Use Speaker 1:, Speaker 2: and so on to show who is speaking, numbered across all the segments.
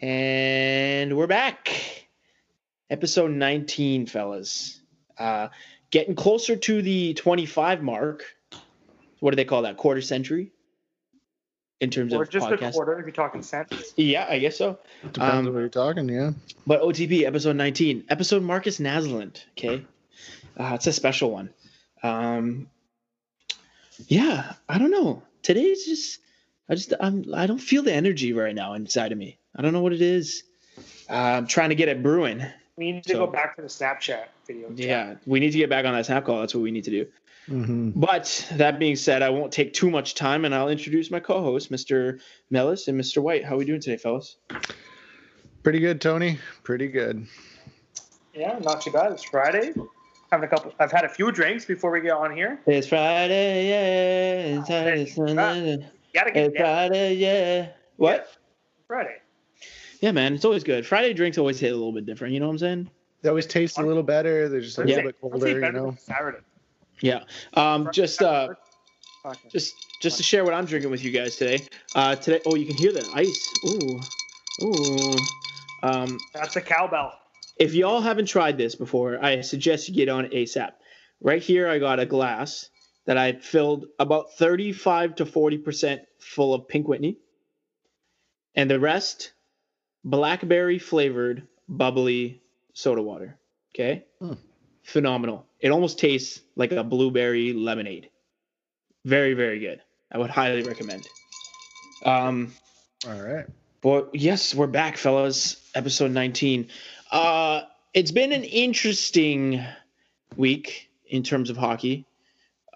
Speaker 1: And we're back. Episode 19, fellas. Uh, getting closer to the 25 mark. What do they call that? Quarter century? In terms
Speaker 2: Or
Speaker 1: of
Speaker 2: just a
Speaker 1: podcast.
Speaker 2: quarter if you're talking cents.
Speaker 1: Yeah, I guess so.
Speaker 3: Depends
Speaker 1: Um,
Speaker 3: on what you're talking, yeah.
Speaker 1: But OTP episode 19, episode Marcus Naslund. Okay, uh, it's a special one. Um, yeah, I don't know. Today's just, I just, I'm, I don't feel the energy right now inside of me. I don't know what it is. Uh, I'm trying to get it brewing.
Speaker 2: We need to
Speaker 1: So-
Speaker 2: go back to the Snapchat video.
Speaker 1: Yeah, we need to get back on that snap call. That's what we need to do.
Speaker 3: hmm
Speaker 1: But that being said, I won't take too much time, and I'll introduce my co-hosts, Mr. Mellis and Mr. White. How we doing today, fellas?
Speaker 3: Pretty good, Tony. Pretty good.
Speaker 2: Yeah, not too bad. It's Friday. Having a couple. I've had a few drinks before we get on here.
Speaker 1: It's Friday, yeah. and Saturday,
Speaker 2: Hey, Friday.
Speaker 1: Sunday.
Speaker 2: Gotta get
Speaker 1: It's
Speaker 2: down
Speaker 1: Friday, yeah. What?
Speaker 2: Friday.
Speaker 1: uh, Yeah, man, it's always good. Friday drinks always hit a little bit different. You know what I'm saying?
Speaker 3: They always taste a little better. They're just a
Speaker 2: Thursday-
Speaker 3: little bit
Speaker 2: Thursday
Speaker 3: colder, you
Speaker 2: better
Speaker 3: know.
Speaker 2: than Saturday.
Speaker 1: Yeah. Um, just uh,
Speaker 2: Fucking-
Speaker 1: just just to share what I'm drinking with you guys today. Uh, today. Oh, you can hear the ice. Ooh, ooh. Um,
Speaker 2: That's a cowbell.
Speaker 1: if y'all haven't tried this before, I suggest you get on it ASAP. Right here, I got a glass that I filled about 35 to 40% full of Pink Whitney, and the rest blackberry flavored bubbly soda water. Okay?
Speaker 3: Hmm.
Speaker 1: Phenomenal. It almost tastes like a blueberry lemonade. Very, very good. I would highly recommend. Um,
Speaker 3: All right.
Speaker 1: well, yes, we're back, fellas. Episode 19. Uh, it's been an interesting week in terms of hockey.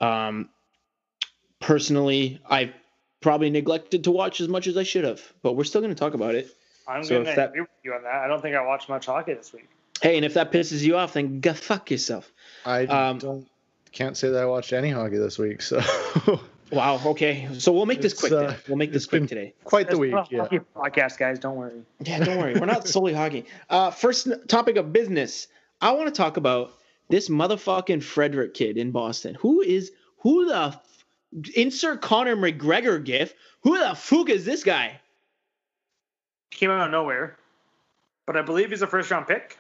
Speaker 1: Um, personally, I've probably neglected to watch as much as I should have, but we're still going to talk about it.
Speaker 2: I'm
Speaker 1: So
Speaker 2: gonna
Speaker 1: if that-
Speaker 2: agree with you on that. I don't think I watched much hockey this week.
Speaker 1: Hey, and if that pisses you off, then go fuck yourself.
Speaker 3: I
Speaker 1: Um,
Speaker 3: don't can't say that I watched any hockey this week, so
Speaker 1: Wow. Okay. So we'll make this
Speaker 3: It's,
Speaker 1: quick.
Speaker 3: uh,
Speaker 1: then. We'll make this
Speaker 3: it's
Speaker 1: quick
Speaker 3: been-
Speaker 1: today.
Speaker 3: quite the
Speaker 2: There's
Speaker 3: week.
Speaker 2: not a
Speaker 3: Yeah.
Speaker 2: hockey podcast, guys. Don't worry.
Speaker 1: Yeah, don't worry. We're not solely hockey. Uh, first n- topic of business. I want to talk about this motherfucking Frederick kid in Boston. Who is who the f- insert Conor McGregor gif? Who the fuck is this guy?
Speaker 2: Came out of nowhere, but I believe he's a first round pick.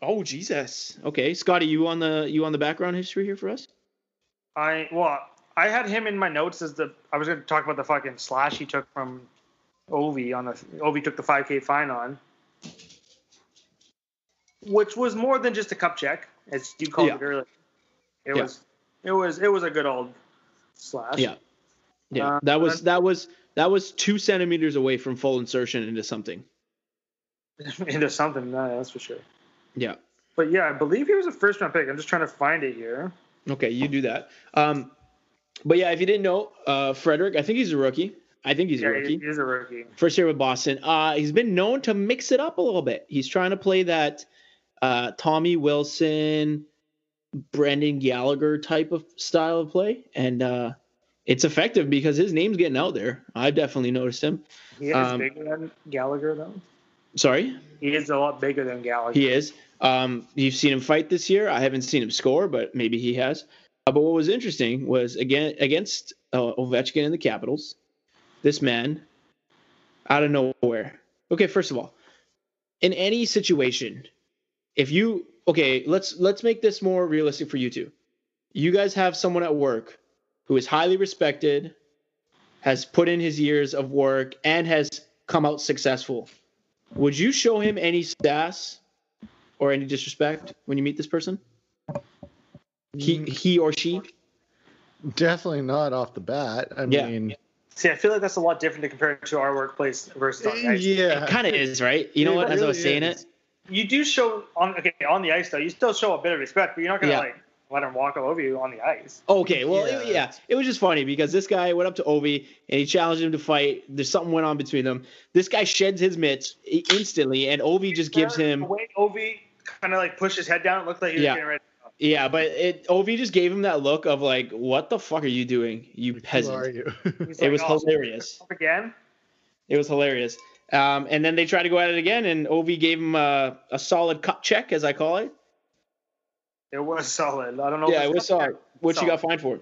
Speaker 1: Oh Jesus. Okay, Scotty, you on the you on the background history here for us?
Speaker 2: I well, I had him in my notes as the I was going to talk about the fucking slash he took from Ovi on the Ovi took the 5K fine on, which was more than just a cup check as you called
Speaker 1: Yeah.
Speaker 2: it earlier. It
Speaker 1: Yeah.
Speaker 2: was it was it was a good old slash.
Speaker 1: Yeah. Yeah.
Speaker 2: Uh,
Speaker 1: that was that was that was two centimeters away from full insertion into something.
Speaker 2: into something. no, That's for sure.
Speaker 1: Yeah.
Speaker 2: But yeah, I believe he was a first round pick. I'm just trying to find it here.
Speaker 1: Okay, you do that. Um, but yeah, if you didn't know, uh, Frederick, I think he's a rookie. I think he's a
Speaker 2: yeah,
Speaker 1: rookie.
Speaker 2: he- he's a rookie.
Speaker 1: first year with Boston. Uh, he's been known to mix it up a little bit. He's trying to play that uh, Tommy Wilson, Brendan Gallagher type of style of play, and uh, it's effective because his name's getting out there. I've definitely noticed him.
Speaker 2: He is
Speaker 1: Um,
Speaker 2: bigger than Gallagher though.
Speaker 1: Sorry,
Speaker 2: He is a lot bigger than Gallagher.
Speaker 1: he is. Um, you've seen him fight this year. I haven't seen him score, but maybe he has. Uh, but what was interesting was again against uh, Ovechkin and the Capitals, this man out of nowhere. Okay, first of all, in any situation, if you okay, let's let's make this more realistic for you two. You guys have someone at work who is highly respected, has put in his years of work, and has come out successful. Would you show him any sass or any disrespect when you meet this person? He
Speaker 3: Mm-hmm.
Speaker 1: he or she?
Speaker 3: Mm, Definitely not off the bat. I
Speaker 1: Yeah.
Speaker 3: mean,
Speaker 2: See, I feel like that's a lot different to compare to our workplace versus
Speaker 1: Eh,
Speaker 2: on the ice.
Speaker 3: yeah.
Speaker 1: It kind of is, right? You know
Speaker 3: It
Speaker 1: what? As I was
Speaker 3: really
Speaker 1: saying
Speaker 3: is.
Speaker 1: it,
Speaker 2: You do show on okay on the ice though. You still show a bit of respect, but you're not gonna
Speaker 1: Yeah.
Speaker 2: like let him walk all over you on the ice.
Speaker 1: Okay, well,
Speaker 3: Yeah.
Speaker 1: it- yeah. it was just funny because this guy went up to Ovi and he challenged him to fight. There's something went on between them. This guy sheds his mitts i- instantly, and Ovi just gives
Speaker 2: the
Speaker 1: him,
Speaker 2: way Ovi kind of like pushed his head down. It looked like he was
Speaker 1: Yeah.
Speaker 2: getting ready.
Speaker 1: yeah, but it Ovi just gave him that look of like, "What the fuck are you doing, you
Speaker 3: who are
Speaker 1: peasant?"
Speaker 3: you?
Speaker 2: He's
Speaker 1: It
Speaker 2: like,
Speaker 1: was
Speaker 2: "Oh,
Speaker 1: hilarious.
Speaker 2: up again.
Speaker 1: It was hilarious. Um, and then they tried to go at it again, and Ovi gave him a, a solid cup check, as I call it.
Speaker 2: It was solid. I don't know. if
Speaker 1: Yeah,
Speaker 2: it's
Speaker 1: we
Speaker 2: up
Speaker 1: saw
Speaker 2: there.
Speaker 1: what you
Speaker 2: Solid.
Speaker 1: got fined for.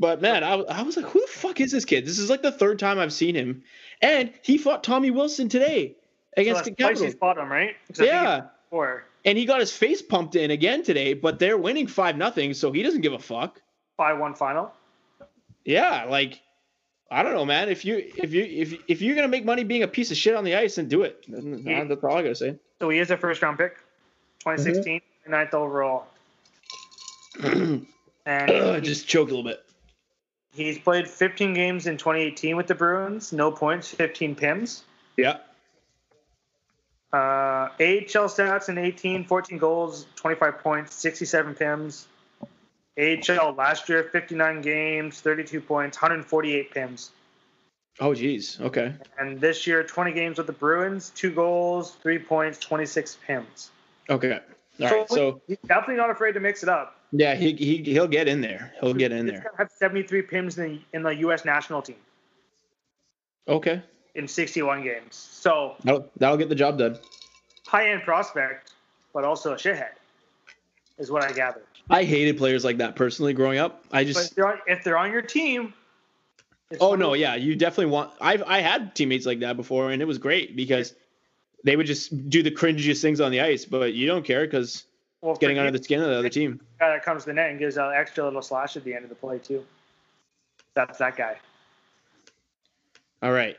Speaker 1: But man, I, I was like, who the fuck is this kid? This is like the third time I've seen him, and he fought Tommy Wilson today
Speaker 2: So
Speaker 1: against
Speaker 2: that's
Speaker 1: the
Speaker 2: twice
Speaker 1: Capitals.
Speaker 2: he's fought him, right? 'Cause I think
Speaker 1: Yeah,
Speaker 2: it's Four,
Speaker 1: and he got his face pumped in again today, but they're winning five nothing, so he doesn't give a fuck.
Speaker 2: five one final.
Speaker 1: Yeah, like I don't know, man. If you if you if if you're gonna make money being a piece of shit on the ice, then do it.
Speaker 2: Yeah.
Speaker 1: That's all I gotta say.
Speaker 2: So he is a first round pick, 2016,
Speaker 1: Mm-hmm.
Speaker 2: ninth overall, and
Speaker 1: Ugh,
Speaker 2: he-
Speaker 1: Just choke a little bit.
Speaker 2: he's played 15 games in 2018 with the Bruins, no points, 15 pims.
Speaker 1: Yeah.
Speaker 2: Uh, AHL stats in 18, 14 goals, 25 points, 67 pims. AHL last year, 59 games, 32 points, 148 pims.
Speaker 1: Oh geez. Okay.
Speaker 2: And this year, 20 games with the Bruins, two goals, three points, 26 pims.
Speaker 1: Okay. All right. So
Speaker 2: he's definitely not afraid to mix it up.
Speaker 1: yeah, he he he'll get in there. He'll get in
Speaker 2: He's
Speaker 1: there.
Speaker 2: gonna have 73 pims in the, in the U.S. national team
Speaker 1: Okay.
Speaker 2: in 61 games. So
Speaker 1: That'll, that'll get the job done.
Speaker 2: high end prospect, but also a shithead, is what I gather.
Speaker 1: I hated players like that personally growing up. I
Speaker 2: But if
Speaker 1: just
Speaker 2: they're on, if they're on your team, it's
Speaker 1: oh
Speaker 2: one
Speaker 1: no,
Speaker 2: of-
Speaker 1: yeah, you definitely want. I've I had teammates like that before, and it was great because they would just do the cringiest things on the ice, but you don't care because
Speaker 2: well,
Speaker 1: getting
Speaker 2: for
Speaker 1: under the skin of the other team.
Speaker 2: the guy that comes to the net and gives an extra little slash at the end of the play too. That's that guy.
Speaker 1: All right.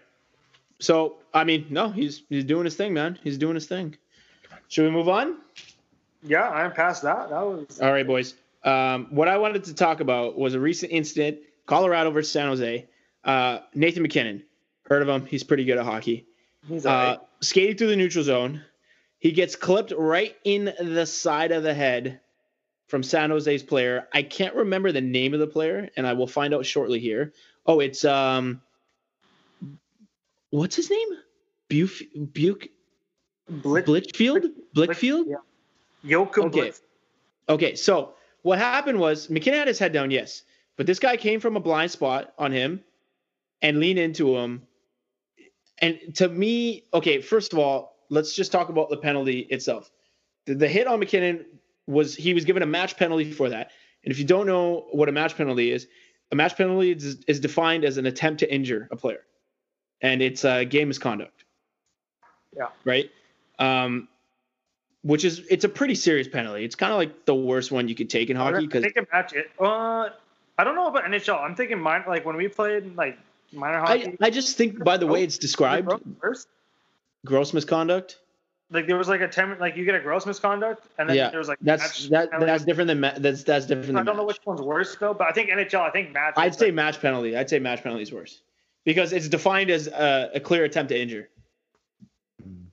Speaker 1: So I mean, no, he's he's doing his thing, man. He's doing his thing. Should we move on?
Speaker 2: Yeah, I'm past that. That was
Speaker 1: All right, boys. Um, what I wanted to talk about was a recent incident: Colorado versus San Jose. Uh, Nathan McKinnon, heard of him? He's pretty good at hockey.
Speaker 2: he's
Speaker 1: Uh,
Speaker 2: alright.
Speaker 1: skating through the neutral zone, he gets clipped right in the side of the head from San Jose's player. I can't remember the name of the player, and I will find out shortly here. Oh, it's um, what's his name? Buf- Buke
Speaker 2: Blitz,
Speaker 1: Blitchfield? Blickfield?
Speaker 2: yeah. Joachim
Speaker 1: Okay.
Speaker 2: Blitz.
Speaker 1: Okay, so what happened was McKinnon had his head down, yes, but this guy came from a blind spot on him and leaned into him. And to me, okay, first of all, let's just talk about the penalty itself. The, the hit on McKinnon was he was given a match penalty for that. And if you don't know what a match penalty is, a match penalty is, is defined as an attempt to injure a player, and it's uh, game misconduct.
Speaker 2: Yeah.
Speaker 1: Right. Um, which is it's a pretty serious penalty. It's kind of like the worst one you could take in hockey
Speaker 2: I'm
Speaker 1: because
Speaker 2: thinking match it. Uh, I don't know about NHL. I'm thinking minor, like when we played like minor
Speaker 1: I,
Speaker 2: hockey.
Speaker 1: I just think by the
Speaker 2: Oh,
Speaker 1: way it's described,
Speaker 2: First,
Speaker 1: gross misconduct.
Speaker 2: like there was like a ten, like you get a gross misconduct, and then
Speaker 1: Yeah,
Speaker 2: there was like
Speaker 1: That's
Speaker 2: match-
Speaker 1: that
Speaker 2: and, like,
Speaker 1: that's different than ma- that's that's different
Speaker 2: I
Speaker 1: than.
Speaker 2: don't know
Speaker 1: match.
Speaker 2: which one's worse though, but I think NHL. I think match.
Speaker 1: I'd
Speaker 2: is,
Speaker 1: say
Speaker 2: like,
Speaker 1: match penalty. I'd say match penalty is worse because it's defined as a, a clear attempt to injure.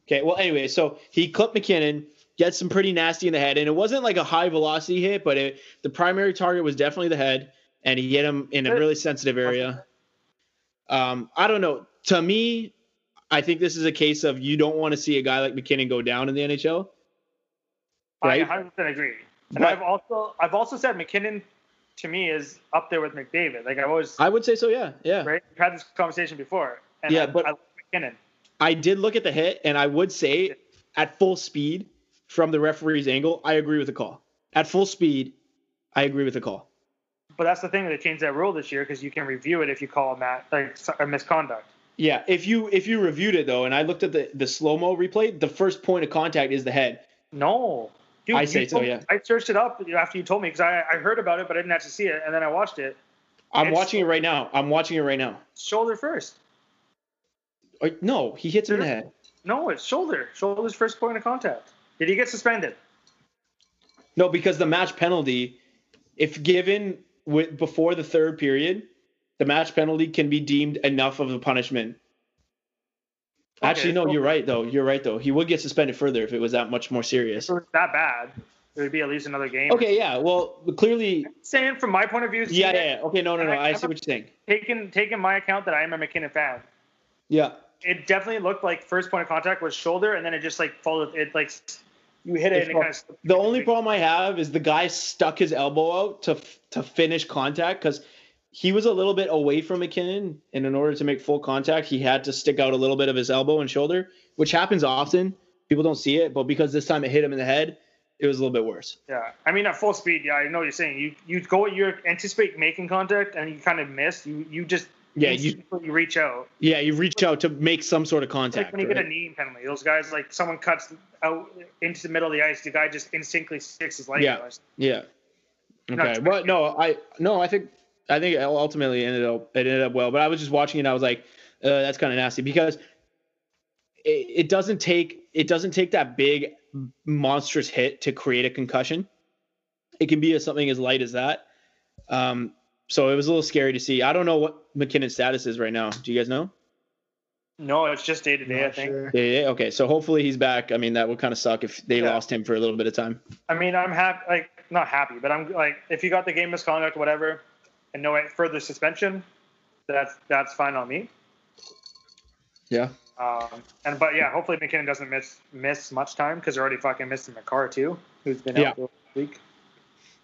Speaker 1: Okay. Well, anyway, so he clipped McKinnon, gets some pretty nasty in the head, and it wasn't like a high velocity hit, but it, the primary target was definitely the head, and he hit him in a really sensitive area. Um, I don't know. To me, I think this is a case of you don't want to see a guy like McKinnon go down in the NHL.
Speaker 2: I
Speaker 1: right?
Speaker 2: 100 percent agree. And
Speaker 1: But-
Speaker 2: I've also I've also said McKinnon to me is up there with McDavid. Like I've always
Speaker 1: I would say so. Yeah. Ah, Yeah.
Speaker 2: right? We've had this conversation before. And
Speaker 1: Yeah,
Speaker 2: I,
Speaker 1: but-
Speaker 2: I like McKinnon.
Speaker 1: I did look at the hit, and I would say at full speed from the referee's angle, I agree with the call. At full speed, I agree with the call.
Speaker 2: But that's the thing that they changed that rule this year because you can review it if you call a mat like a misconduct.
Speaker 1: Yeah, if you if you reviewed it though, and I looked at the the slow mo replay, the first point of contact is the head.
Speaker 2: No. Dude,
Speaker 1: I
Speaker 2: you
Speaker 1: say so,
Speaker 2: told-
Speaker 1: yeah.
Speaker 2: I searched it up after you told me because I, I heard about it, but I didn't actually see it. And then I watched it.
Speaker 1: I'm
Speaker 2: It's-
Speaker 1: watching it right now. I'm watching it right now.
Speaker 2: Shoulder first.
Speaker 1: Uh, No, he hits him in the head.
Speaker 2: No, it's shoulder. Shoulder's first point of contact. Did he get suspended?
Speaker 1: No, because the match penalty, if given with before the third period, the match penalty can be deemed enough of a punishment.
Speaker 2: Okay,
Speaker 1: Actually, no,
Speaker 2: so-
Speaker 1: you're right though. You're right though. He would get suspended further if it was that much more serious.
Speaker 2: If it was that bad, it would be at least another game.
Speaker 1: Okay, yeah. Well, clearly,
Speaker 2: Saying from my point of view,
Speaker 1: yeah, yeah. yeah. Okay, no, no, no. I see what you're saying.
Speaker 2: taking taking my account that I am a McKinnon fan,
Speaker 1: Yeah,
Speaker 2: it definitely looked like first point of contact was shoulder, and then it just like followed. It like you hit it,
Speaker 1: It
Speaker 2: and it
Speaker 1: felt-
Speaker 2: kind of.
Speaker 1: the only problem I have is the guy stuck his elbow out to f- to finish contact because he was a little bit away from McKinnon, and in order to make full contact, he had to stick out a little bit of his elbow and shoulder, which happens often. People don't see it, but because this time it hit him in the head, it was a little bit worse.
Speaker 2: Yeah, I mean at full speed. Yeah, I know what you're saying. You you go you anticipate making contact and you kind of miss. You you just
Speaker 1: Yeah, you
Speaker 2: instantly reach out.
Speaker 1: yeah you reach out to make some sort of
Speaker 2: It's like
Speaker 1: contact.
Speaker 2: when you
Speaker 1: right?
Speaker 2: get a kneeing penalty, those guys like someone cuts out into the middle of the ice, the guy just instinctively sticks his leg.
Speaker 1: Yeah.
Speaker 2: out.
Speaker 1: Yeah.
Speaker 2: Not
Speaker 1: Okay.
Speaker 2: to-
Speaker 1: Well, no, I no, I think I think it ultimately ended up it ended up well, but I was just watching it. and I was like, uh, that's kind of nasty because it, it doesn't take it doesn't take that big monstrous hit to create a concussion. It can be as something as light as that. Um, so it was a little scary to see. I don't know what McKinnon's status is right now. Do you guys know?
Speaker 2: No, it's just day to day. I think.
Speaker 1: Yeah, yeah. Okay. So hopefully he's back. I mean, that would kind of suck if they
Speaker 2: Yeah.
Speaker 1: lost him for a little bit of time.
Speaker 2: I mean, I'm happy. Like not happy, but I'm like if you got the game misconduct, whatever, and no further suspension, that's that's fine on me.
Speaker 1: Yeah.
Speaker 2: Um, and but yeah, hopefully McKinnon doesn't miss miss much time because they're already fucking missing the car too, who's been
Speaker 1: Yeah.
Speaker 2: out the week.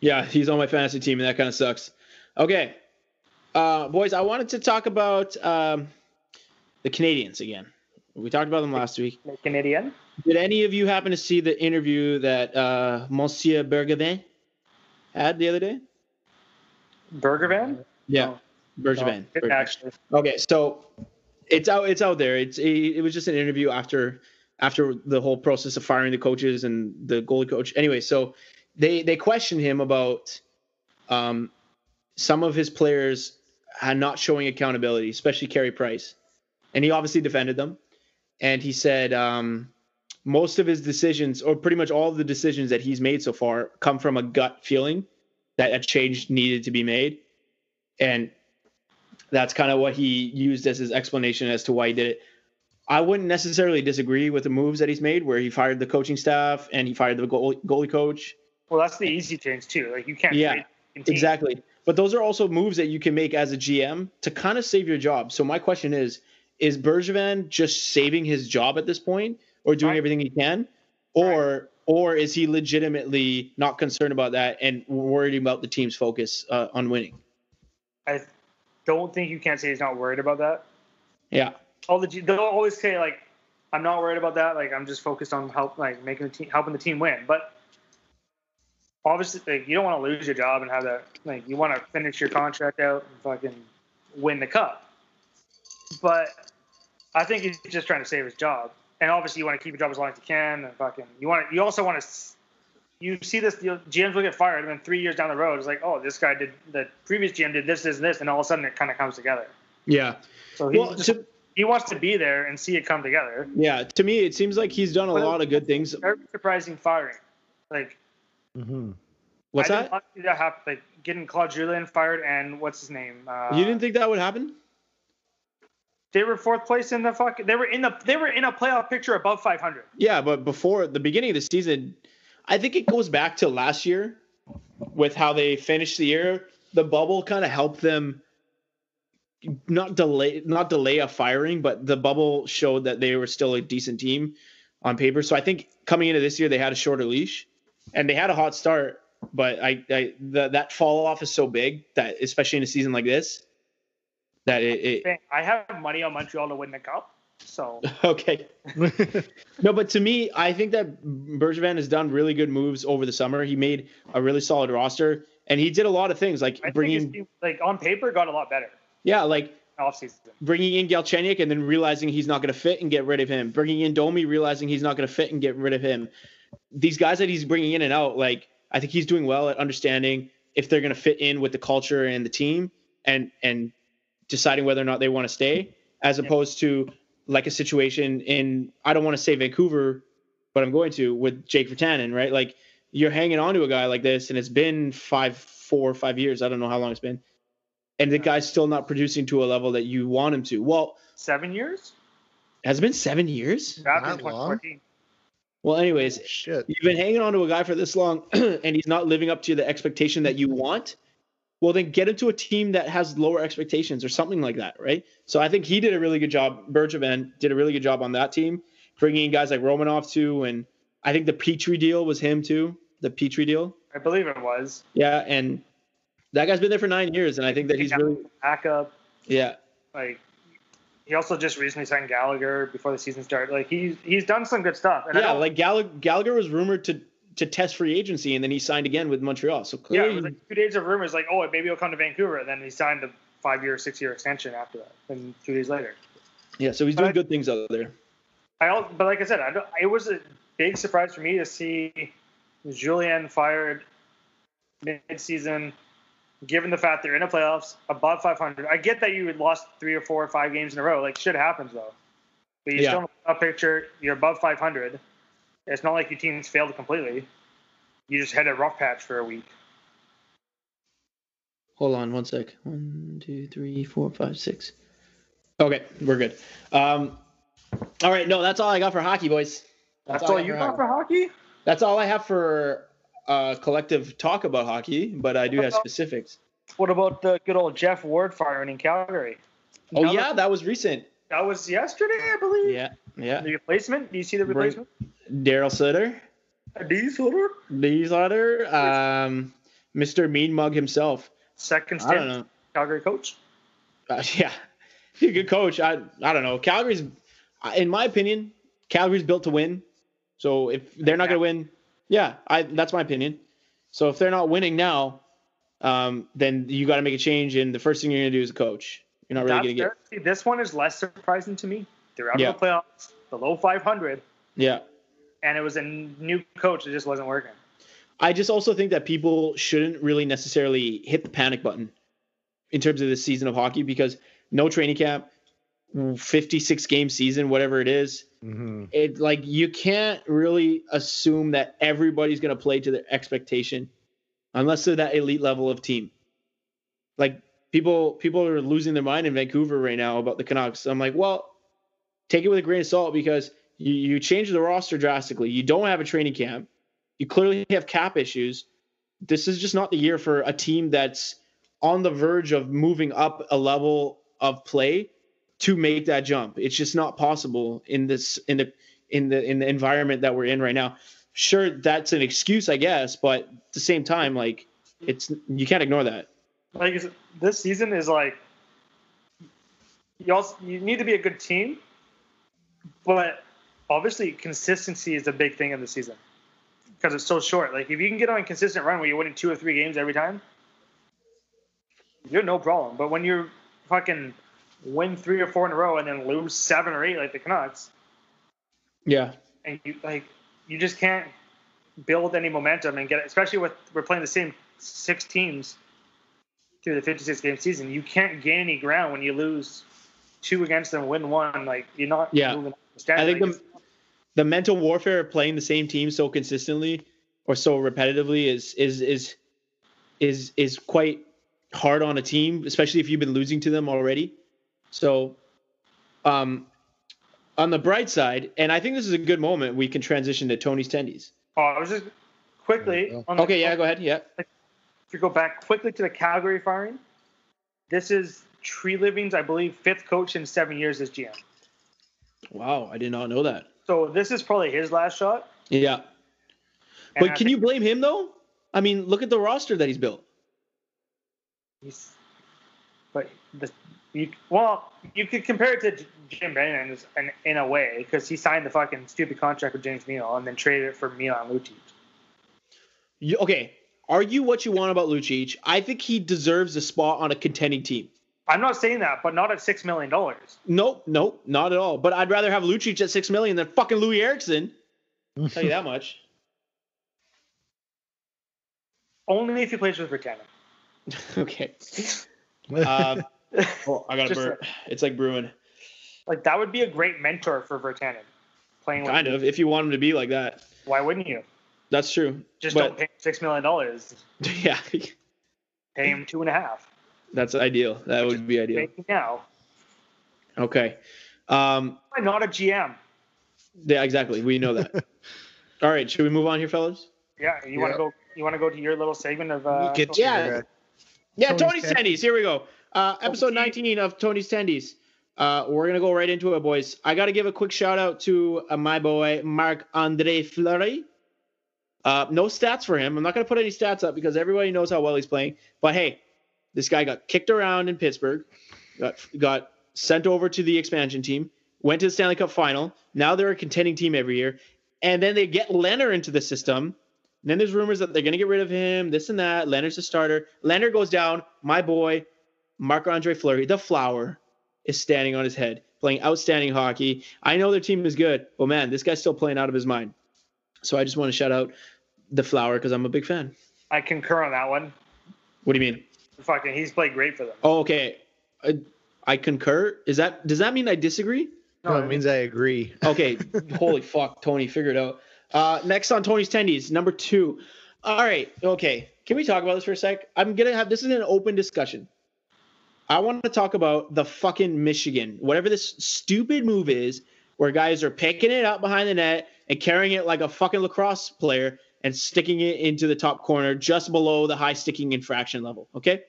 Speaker 1: Yeah, he's on my fantasy team, and that kind of sucks. Okay, uh, boys, I wanted to talk about um, the Canadians again. We talked about them last week.
Speaker 2: The Canadian.
Speaker 1: Did any of you happen to see the interview that uh, Monsieur Bergevin had the other day?
Speaker 2: Burger Van?
Speaker 1: Yeah, Bergevin.
Speaker 2: It
Speaker 1: Bergevin.
Speaker 2: actually.
Speaker 1: Okay, so it's out. It's out there. It's it, it was just an interview after after the whole process of firing the coaches and the goalie coach. Anyway, so they they questioned him about um, some of his players had not showing accountability, especially Carey Price, and he obviously defended them. And he said um, most of his decisions, or pretty much all of the decisions that he's made so far, come from a gut feeling that a change needed to be made, and that's kind of what he used as his explanation as to why he did it. I wouldn't necessarily disagree with the moves that he's made, where he fired the coaching staff and he fired the goal, goalie coach.
Speaker 2: Well, that's the easy change too. Like you can't.
Speaker 1: Yeah,
Speaker 2: trade team.
Speaker 1: Exactly. But those are also moves that you can make as a GM to kind of save your job. So my question is: Is Bergevin just saving his job at this point, or doing
Speaker 2: Right.
Speaker 1: everything he can, or or is he legitimately not concerned about that and worried about the team's focus uh, on winning?
Speaker 2: I don't think you can't say he's not worried about that.
Speaker 1: Yeah.
Speaker 2: all the G- they'll always say like I'm not worried about that. Like I'm just focused on help like making the team helping the team win. But obviously, like you don't want to lose your job and have that like you want to finish your contract out and fucking win the cup. But I think he's just trying to save his job. And obviously, you want to keep your job as long as you can. And fucking you want you also want to. You see this, you know, GMs will get fired, and then three years down the road, it's like, oh, this guy did the previous GM did this, this, and this, and all of a sudden it kind of comes together.
Speaker 1: Yeah.
Speaker 2: So he
Speaker 1: Well,
Speaker 2: just
Speaker 1: to,
Speaker 2: he wants to be there and see it come together.
Speaker 1: yeah. To me, it seems like he's done a
Speaker 2: Well,
Speaker 1: lot of good things.
Speaker 2: Very surprising firing. Like
Speaker 3: Mhm.
Speaker 1: What's
Speaker 2: I
Speaker 1: that?
Speaker 2: did not see that happen. Like getting Claude Julien fired and what's his name? Uh,
Speaker 1: You didn't think that would happen?
Speaker 2: they were fourth place in the fuck. They were in the they were in a playoff picture above 500.
Speaker 1: Yeah, but before the beginning of the season, I think it goes back to last year with how they finished the year. The bubble kind of helped them not delay not delay a firing, but the bubble showed that they were still a decent team on paper. So I think coming into this year they had a shorter leash and they had a hot start, but I, I the, that fall off is so big that especially in a season like this that it, it
Speaker 2: Man, I have money on Montreal to win the cup. So
Speaker 1: okay No, but to me, I think that Bergevin has done really good moves over the summer. He made a really solid roster, and he did a lot of things like
Speaker 2: I
Speaker 1: bringing,
Speaker 2: think it's, like on paper it got a lot better
Speaker 1: yeah, like
Speaker 2: offseason.
Speaker 1: bringing in Galchenyuk and then realizing he's not going to fit and get rid of him. Bringing in Domi, realizing he's not going to fit and get rid of him. These guys that he's bringing in and out, like I think he's doing well at understanding if they're going to fit in with the culture and the team, and and deciding whether or not they want to stay, as
Speaker 2: Yeah.
Speaker 1: opposed to like a situation in I don't want to say Vancouver, but I'm going to with Jake Vertanen, right? Like you're hanging on to a guy like this, and it's been five, four, five years. I don't know how long it's been. And the guy's still not producing to a level that you want him to. Well,
Speaker 2: Seven years?
Speaker 1: has it been seven years?
Speaker 2: After
Speaker 3: That long?
Speaker 2: 2014.
Speaker 1: Well, anyways,
Speaker 3: Shit.
Speaker 1: you've been hanging on to a guy for this long and he's not living up to the expectation that you want. Well, then get into a team that has lower expectations or something like that, right? So I think he did a really good job. Bergevin did a really good job on that team, bringing in guys like Romanov too. And I think the Petrie deal was him too, the Petrie deal.
Speaker 2: I believe it was.
Speaker 1: Yeah. And that guy's been there for nine years. And I think that he's really,
Speaker 2: Backup.
Speaker 1: yeah.
Speaker 2: like he also just recently signed Gallagher before the season started. Like he's he's done some good stuff. And I
Speaker 1: yeah,
Speaker 2: don't,
Speaker 1: like Gallagher, Gallagher was rumored to to test free agency, and then he signed again with Montreal. So
Speaker 2: Yeah,
Speaker 1: clearly,
Speaker 2: it was like two days of rumors, like, oh, maybe he'll come to Vancouver, and then he signed a five-year, six-year extension after that. And two days later,
Speaker 1: yeah. So he's
Speaker 2: but
Speaker 1: doing
Speaker 2: I-
Speaker 1: good things out there.
Speaker 2: I also, but like I said, I don't, it was a big surprise for me to see Julien fired mid-season, given the fact they're in the playoffs above 500. I get that you had lost three or four or five games in a row. Like shit happens though. But you're
Speaker 1: Yeah.
Speaker 2: still in a picture. You're above 500. It's not like your team's failed completely. You just had a rough patch for a week.
Speaker 1: Hold on one sec. One, two, three, four, five, six. Okay, we're good. Um, all right, no, that's all I got for hockey, boys.
Speaker 2: That's, all
Speaker 1: I
Speaker 2: you
Speaker 1: hockey.
Speaker 2: got for hockey.
Speaker 1: That's all I have for uh, collective talk about hockey, but I do have specifics.
Speaker 2: What about the good old Jeff Ward firing in Calgary?
Speaker 1: Oh
Speaker 2: Another-
Speaker 1: yeah, that was recent.
Speaker 2: that was yesterday, I believe.
Speaker 1: Yeah, yeah.
Speaker 2: The replacement? Do you see the
Speaker 1: Right.
Speaker 2: replacement?
Speaker 1: Daryl Sutter,
Speaker 2: These order?
Speaker 1: Lee Sutter, um, Mr. Mean Mug himself.
Speaker 2: Second
Speaker 1: I don't
Speaker 2: stint
Speaker 1: know.
Speaker 2: Calgary coach.
Speaker 1: Uh, yeah, he's a good coach. I I don't know. Calgary's, in my opinion, Calgary's built to win. So if they're not going to win, yeah, I that's my opinion. So if they're not winning now, um, then you got to make a change, and the first thing you're going to do is a coach. You're not really
Speaker 2: That's
Speaker 1: going to get.
Speaker 2: fair. See, this one is less surprising to me. They're out
Speaker 1: Yeah.
Speaker 2: of the playoffs, below 500,
Speaker 1: Yeah.
Speaker 2: and it was a new coach that just wasn't working.
Speaker 1: I just also think that people shouldn't really necessarily hit the panic button in terms of this season of hockey because no training camp, 56 game season, whatever it is,
Speaker 3: Mhm.
Speaker 1: it like you can't really assume that everybody's going to play to their expectation unless they're that elite level of team. Like people people are losing their mind in Vancouver right now about the Canucks. I'm like, well, take it with a grain of salt because you, you change the roster drastically. You don't have a training camp. You clearly have cap issues. This is just not the year for a team that's on the verge of moving up a level of play to make that jump. It's just not possible in this in the in the in the environment that we're in right now. Sure, that's an excuse, I guess, but at the same time, like it's you can't ignore that.
Speaker 2: Like is- this season is like you also you need to be a good team, but obviously consistency is a big thing in the season because it's so short. Like if you can get on a consistent run where you're winning two or three games every time, you're no problem. But when you're fucking win three or four in a row and then lose seven or eight like the Canucks,
Speaker 1: Yeah.
Speaker 2: and you like you just can't build any momentum and get it especially with we're playing the same six teams through the 56 game season you can't gain any ground when you lose two against them win one like you're not
Speaker 1: Yeah.
Speaker 2: moving up the
Speaker 1: I
Speaker 2: standard.
Speaker 1: think
Speaker 2: Like,
Speaker 1: the, the mental warfare of playing the same team so consistently or so repetitively is is is is is quite hard on a team, especially if you've been losing to them already. So, um, on the bright side, and I think this is a good moment we can transition to Tony's tendies.
Speaker 2: oh, I was just quickly
Speaker 3: There you go.
Speaker 2: on the,
Speaker 1: Okay, yeah, go ahead. Yeah,
Speaker 2: if you go back quickly to the Calgary firing this is Tree Living's I believe fifth coach in seven years as GM
Speaker 1: wow, I did not know that.
Speaker 2: so this is probably his last shot
Speaker 1: Yeah,
Speaker 2: and
Speaker 1: but
Speaker 2: I
Speaker 1: can
Speaker 2: think
Speaker 1: you blame him though? I mean, look at the roster that he's built.
Speaker 2: He's, but the you well, you could compare it to J- Jim Benning in, in a way because he signed the fucking stupid contract with James Neal and then traded it for Milan Lucic.
Speaker 1: You, okay, argue what you want about Lucic. I think he deserves a spot on a contending team.
Speaker 2: I'm not saying that, but not at six million dollars.
Speaker 1: Nope, nope, not at all. But I'd rather have Lucic at six million than fucking Louis Erickson. I'll tell you that much.
Speaker 2: Only if he plays with Vertanen.
Speaker 1: okay. Um, oh, I got a
Speaker 2: Just
Speaker 1: burp. It's like brewing.
Speaker 2: Like that would be a great mentor for Vertanen. Playing with
Speaker 1: Kind of. If you want him to be like that,
Speaker 2: Why wouldn't you?
Speaker 1: that's true.
Speaker 2: Just
Speaker 1: But-
Speaker 2: don't pay him six million dollars.
Speaker 1: yeah,
Speaker 2: Pay him two and a half.
Speaker 1: that's ideal. That would be ideal.
Speaker 2: Make him now.
Speaker 1: Okay. Um,
Speaker 2: I'm not a GM.
Speaker 1: yeah, exactly. We know that. all right. Should we move on here, fellas?
Speaker 2: Yeah, you want
Speaker 3: Yeah.
Speaker 2: to go? You want to go to your little segment of? Uh,
Speaker 3: We'll get
Speaker 1: yeah.
Speaker 3: to that.
Speaker 1: Yeah, Tony's
Speaker 3: Tony's
Speaker 1: Tendies. Here we go. Uh, episode
Speaker 2: Tony.
Speaker 1: 19 of Tony's Tendies. Uh, we're going to go right into it, boys. I got to give a quick shout out to uh, my boy, Marc Andre Fleury. Uh, no stats for him. I'm not going to put any stats up because everybody knows how well he's playing. But hey, this guy got kicked around in Pittsburgh, got, got sent over to the expansion team, went to the Stanley Cup final. Now they're a contending team every year. And then they get Leonard into the system And then there's rumors that they're going to get rid of him, this and that. Leonard's the starter. Leonard goes down. My boy, Marc Andre Fleury, the flower, is standing on his head, playing outstanding hockey. I know their team is good, but man, this guy's still playing out of his mind. So I just want to shout out the flower because I'm a big fan.
Speaker 2: I concur on that one.
Speaker 1: What do you mean?
Speaker 2: Fucking, he's played great for them.
Speaker 1: Oh, okay. I, I concur. Is that does that mean I disagree?
Speaker 3: No, it means I agree.
Speaker 1: Okay. Holy fuck, Tony, figure it out. Uh, next on Tony's tendies, number two. All right. Okay. Can we talk about this for a sec? I'm gonna have this is an open discussion. I want to talk about the fucking Michigan, whatever this stupid move is, where guys are picking it up behind the net and carrying it like a fucking lacrosse player and sticking it into the top corner just below the high sticking infraction level. Okay.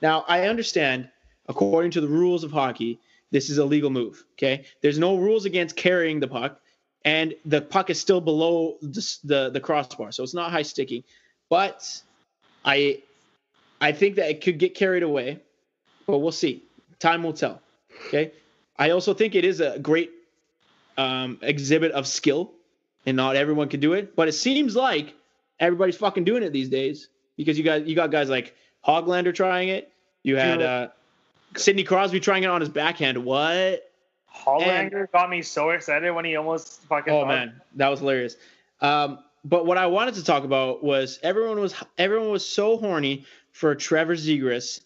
Speaker 1: Now I understand, according to the rules of hockey, this is a legal move. Okay. There's no rules against carrying the puck and the puck is still below the, the the crossbar, so it's not high sticking. But I I think that it could get carried away, but we'll see. Time will tell. Okay. I also think it is a great um, exhibit of skill, and not everyone can do it. But it seems like everybody's fucking doing it these days because you got you got guys like Hoglander trying it. You had
Speaker 2: Dude.
Speaker 1: uh, Sidney Crosby trying it on his backhand. What?
Speaker 2: Hollander got me so excited when he almost fucking.
Speaker 1: Oh man, that was hilarious. Um, but what I wanted to talk about was everyone was everyone was so horny for Trevor Zegras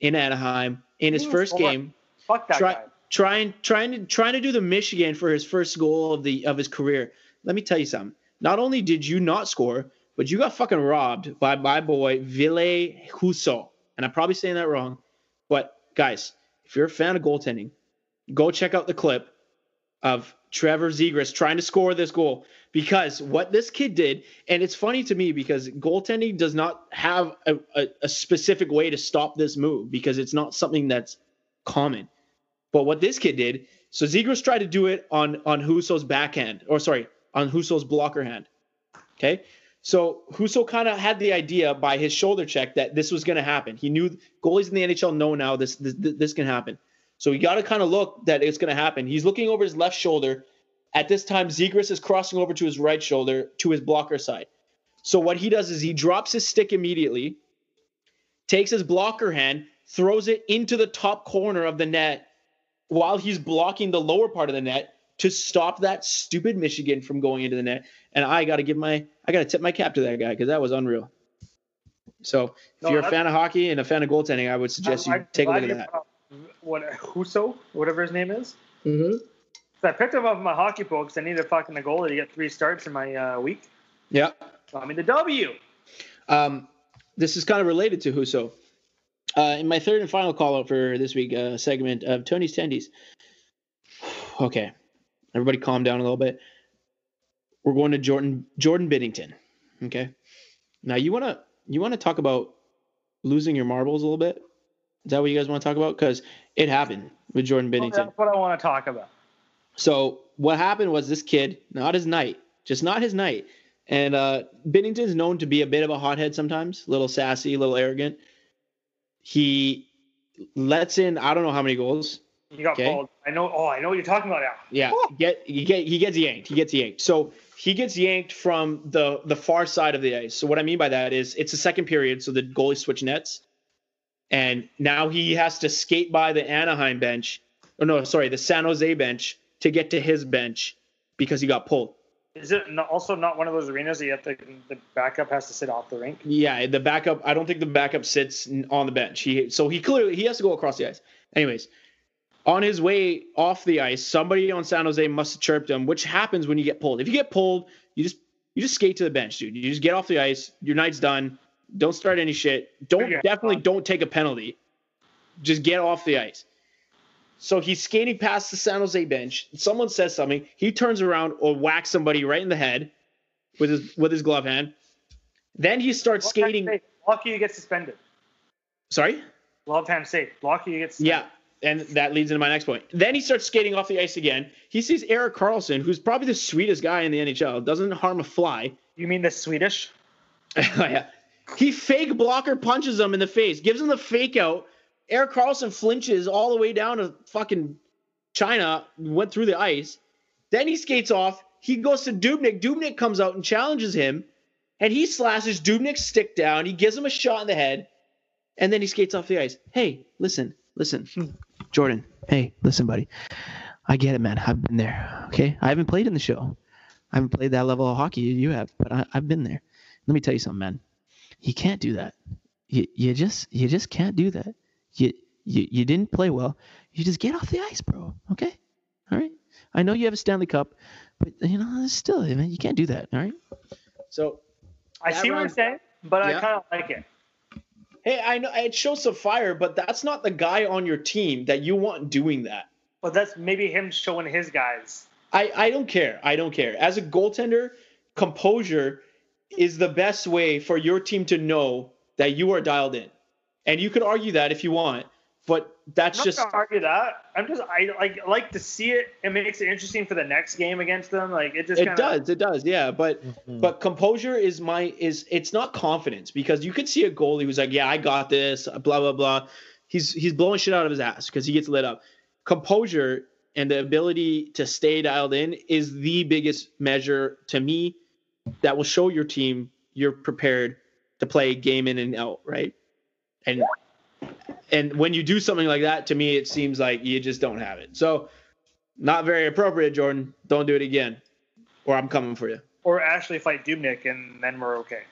Speaker 1: in Anaheim in his
Speaker 2: He was
Speaker 1: first
Speaker 2: horny.
Speaker 1: game,
Speaker 2: Fuck that
Speaker 1: Try-
Speaker 2: guy.
Speaker 1: trying trying to trying to do the Michigan for his first goal of the of his career. Let me tell you something. Not only did you not score, but you got fucking robbed by my boy Ville Husso. And I'm probably saying that wrong, but guys, if you're a fan of goaltending, go check out the clip of Trevor Zegras trying to score this goal because what this kid did, and it's funny to me because goaltending does not have a, a, a specific way to stop this move because it's not something that's common. But what this kid did, so Zegras tried to do it on on Huso's backhand, or sorry, on Huso's blocker hand. Okay. So Huso kind of had the idea by his shoulder check that this was going to happen. He knew goalies in the NHL know now this this, this can happen. So you got to kind of look that it's going to happen. He's looking over his left shoulder. At this time, Zegras is crossing over to his right shoulder to his blocker side. So what he does is he drops his stick immediately, takes his blocker hand, throws it into the top corner of the net while he's blocking the lower part of the net to stop that stupid Michigan from going into the net. And I got to give my I got to tip my cap to that guy because that was unreal. So if
Speaker 2: No,
Speaker 1: you're a
Speaker 2: that's-
Speaker 1: fan of hockey and a fan of goaltending, I would suggest you
Speaker 2: I'm
Speaker 1: take a look
Speaker 2: glad
Speaker 1: at
Speaker 2: you
Speaker 1: that.
Speaker 2: brought up What Huso, whatever his name is.
Speaker 1: Mm-hmm.
Speaker 2: So I picked him up in my hockey pool because I needed fucking a goalie to get three starts in my uh, week.
Speaker 1: Yeah.
Speaker 2: So I'm in the W.
Speaker 1: Um, this is kind of related to Huso. Uh, in my third and final call out for this week uh, segment of Tony's Tendies. okay, everybody, calm down a little bit. We're going to Jordan Jordan Biddington. Okay, now you wanna you wanna talk about losing your marbles a little bit? Is that what you guys want to talk about? Because it happened with Jordan
Speaker 2: Well,
Speaker 1: Biddington.
Speaker 2: that's what I want to talk about.
Speaker 1: So what happened was this kid, not his night, just not his night. And uh, Binnington's known to be a bit of a hothead sometimes, a little sassy, a little arrogant. He lets in I don't know how many goals.
Speaker 2: You got
Speaker 1: Okay.
Speaker 2: pulled. I know. Oh, I know what you're talking about now.
Speaker 1: Yeah, get he get he gets yanked. He gets yanked. So he gets yanked from the the far side of the ice. So what I mean by that is it's the second period, so the goalie switch nets, and now he has to skate by the Anaheim bench. Oh no, sorry, the San Jose bench to get to his bench because he got pulled.
Speaker 2: Is it not, also not one of those arenas that you have to, the backup has to sit off the rink?
Speaker 1: Yeah, the backup. I don't think the backup sits n- on the bench. He so he clearly he has to go across the ice. Anyways, on his way off the ice, somebody on San Jose must have chirped him, which happens when you get pulled. If you get pulled, you just you just skate to the bench, dude. You just get off the ice. Your night's done. Don't start any shit. Don't
Speaker 2: Yeah.
Speaker 1: definitely don't take a penalty. Just get off the ice. So he's skating past the San Jose bench. Someone says something. He turns around or whacks somebody right in the head with his with his glove hand. Then he starts
Speaker 2: Left-hand
Speaker 1: skating.
Speaker 2: safe. Lucky you get suspended.
Speaker 1: Sorry.
Speaker 2: Love time safe. Lucky you get suspended.
Speaker 1: Yeah. And that leads into my next point. Then he starts skating off the ice again. He sees Eric Carlson, who's probably the sweetest guy in the NHL, doesn't harm a fly.
Speaker 2: You mean the Swedish?
Speaker 1: Yeah. He fake blocker punches him in the face, gives him the fake out. Eric Carlson flinches all the way down to fucking China, went through the ice. Then he skates off. He goes to Dubnik. Dubnik comes out and challenges him. and he slashes Dubnik's stick down. He gives him a shot in the head, and then he skates off the ice. Hey, listen, listen, Jordan. Hey, listen, buddy. I get it, man. I've been there. Okay, I haven't played in the show. I haven't played that level of hockey you have, but I, I've been there. Let me tell you something, man. You can't do that. You, you just you just can't do that. You, you you didn't play well. You just get off the ice, bro. Okay, all right. I know you have a Stanley Cup, but you know still, man, you can't do that. All right. So
Speaker 2: I
Speaker 1: That
Speaker 2: see what you're
Speaker 1: round-
Speaker 2: saying, but I
Speaker 1: Yeah.
Speaker 2: kind of like it.
Speaker 1: Hey, I know it shows some fire, but that's not the guy on your team that you want doing that.
Speaker 2: But that's maybe him showing his guys.
Speaker 1: I, I don't care. I don't care. As a goaltender, composure is the best way for your team to know that you are dialed in. And you could argue that if you want, but
Speaker 2: I'm
Speaker 1: that's
Speaker 2: not
Speaker 1: just
Speaker 2: gonna argue that. I'm just I like like to see it. It makes it interesting for the next game against them. Like it just
Speaker 1: it
Speaker 2: kinda,
Speaker 1: does. It does. Yeah, but
Speaker 3: Mhm.
Speaker 1: but composure is my is it's not confidence because you could see a goalie who's like, yeah, I got this, uh, blah blah blah. He's he's blowing shit out of his ass because he gets lit up. Composure and the ability to stay dialed in is the biggest measure to me that will show your team you're prepared to play game in and out, right? And and when you do something like that, to me, it seems like you just don't have it. So, not very appropriate, Jordan. Don't do it again, or I'm coming for you.
Speaker 2: Or actually fight Dubnik and then we're okay.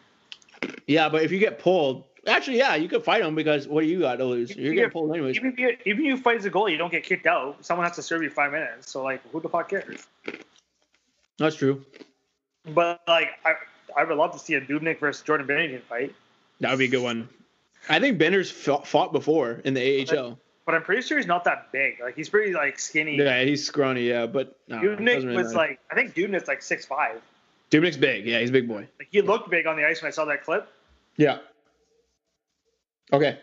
Speaker 1: Yeah, but if you get pulled, actually, yeah, you could fight him because what do you got to lose?
Speaker 2: If
Speaker 1: You're
Speaker 2: you
Speaker 1: getting
Speaker 2: get-
Speaker 1: pulled anyways.
Speaker 2: Even if you even if you fight as a goalie, you don't get kicked out. Someone has to serve you five minutes. So like who the fuck cares?
Speaker 1: That's true.
Speaker 2: But like I I would love to see a Dubnik versus Jordan Bennington fight.
Speaker 1: That would be a good one. I think Bender's fought, fought before in the AHL.
Speaker 2: But I'm pretty sure he's not that big. Like he's pretty like skinny.
Speaker 1: Yeah, he's scrawny. Yeah, but no, it
Speaker 2: Dubnik
Speaker 1: doesn't really
Speaker 2: was
Speaker 1: matter.
Speaker 2: like I think Dubnik's like six five.
Speaker 1: Dubnik's big. Yeah, he's a big boy.
Speaker 2: Like he looked big on the ice when I saw that clip.
Speaker 1: Yeah. Okay,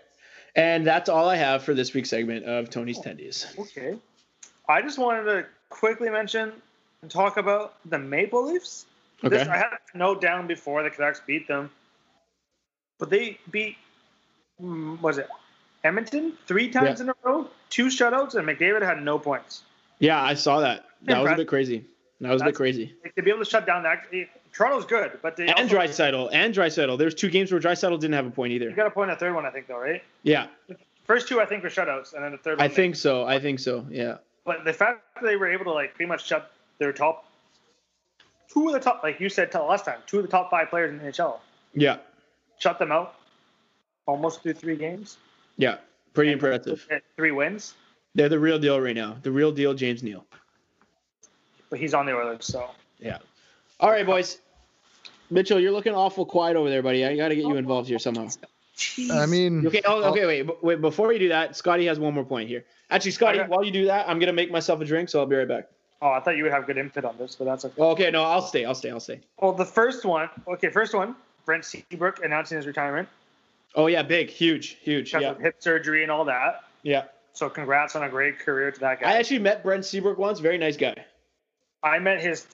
Speaker 1: and that's all I have for this week's segment of Tony's Tendies.
Speaker 2: Okay. I just wanted to quickly mention and talk about the Maple Leafs.
Speaker 1: Okay.
Speaker 2: This, I had a note down before the Canucks beat them, but they beat mm, was it Edmonton three times in a row, two shutouts, and McDavid had no points.
Speaker 1: yeah, I saw that. That was a
Speaker 2: Impressive.
Speaker 1: bit crazy. That was a bit
Speaker 2: That's-
Speaker 1: crazy.
Speaker 2: Like, to be able to shut down that eh, Toronto's good, but they
Speaker 1: And
Speaker 2: also,
Speaker 1: Drysaddle. And Drysaddle. There's two games where Drysaddle didn't have a point
Speaker 2: you
Speaker 1: either.
Speaker 2: got a point in the third one, I think, though, right?
Speaker 1: Yeah,
Speaker 2: First two, I think, were shutouts, and then the third.
Speaker 1: I
Speaker 2: one they-
Speaker 1: think so. I think so. Yeah.
Speaker 2: But the fact that they were able to like pretty much shut their top two of the top, like you said t- last time, two of the top five players in the NHL,
Speaker 1: Yeah.
Speaker 2: shut them out almost through three games.
Speaker 1: Yeah. Pretty impressive.
Speaker 2: At Three wins,
Speaker 1: They're the real deal right now. The real deal, James Neal.
Speaker 2: but he's on the Oilers, so
Speaker 1: All right, boys. Mitchell, you're looking awful quiet over there, buddy. I got to get you involved here somehow.
Speaker 3: I mean,
Speaker 1: Okay. Oh, okay. Wait, b- wait. Before you do that, Scotty has one more point here. Actually, Scotty,
Speaker 2: Okay.
Speaker 1: while you do that, I'm gonna make myself a drink, so I'll be right back. Oh,
Speaker 2: oh, I thought you would have good input on this, but that's okay.
Speaker 1: Okay. No, I'll stay. I'll stay. I'll stay.
Speaker 2: Well, the first one, okay, first one, Brent Seabrook announcing his retirement
Speaker 1: Oh yeah, big, huge, huge.
Speaker 2: because
Speaker 1: Yeah.
Speaker 2: of hip surgery and all that.
Speaker 1: Yeah.
Speaker 2: So congrats on a great career to that guy.
Speaker 1: I actually met Brent Seabrook once. Very nice guy.
Speaker 2: I met his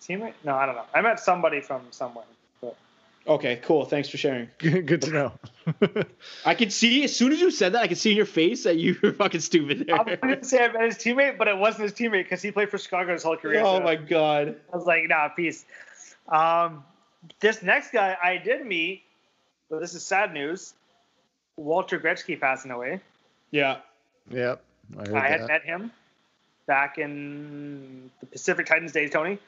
Speaker 2: t- teammate. No, I don't know. I met somebody from somewhere. But
Speaker 1: Okay. Cool. Thanks for sharing.
Speaker 3: good good to know.
Speaker 1: I could see as soon as you said that, I could see in your face that you were fucking stupid
Speaker 2: I was
Speaker 1: there. Oh
Speaker 2: gonna say I met his teammate, but it wasn't his teammate because he played for Chicago his whole career.
Speaker 1: Oh
Speaker 2: so
Speaker 1: my god.
Speaker 2: I was like, nah, peace. Um, this next guy I did meet, but this is sad news. Walter Gretzky passing away.
Speaker 1: Yeah.
Speaker 3: Yep. I heard
Speaker 2: I had
Speaker 3: that.
Speaker 2: met him back in the Pacific Titans days, Tony.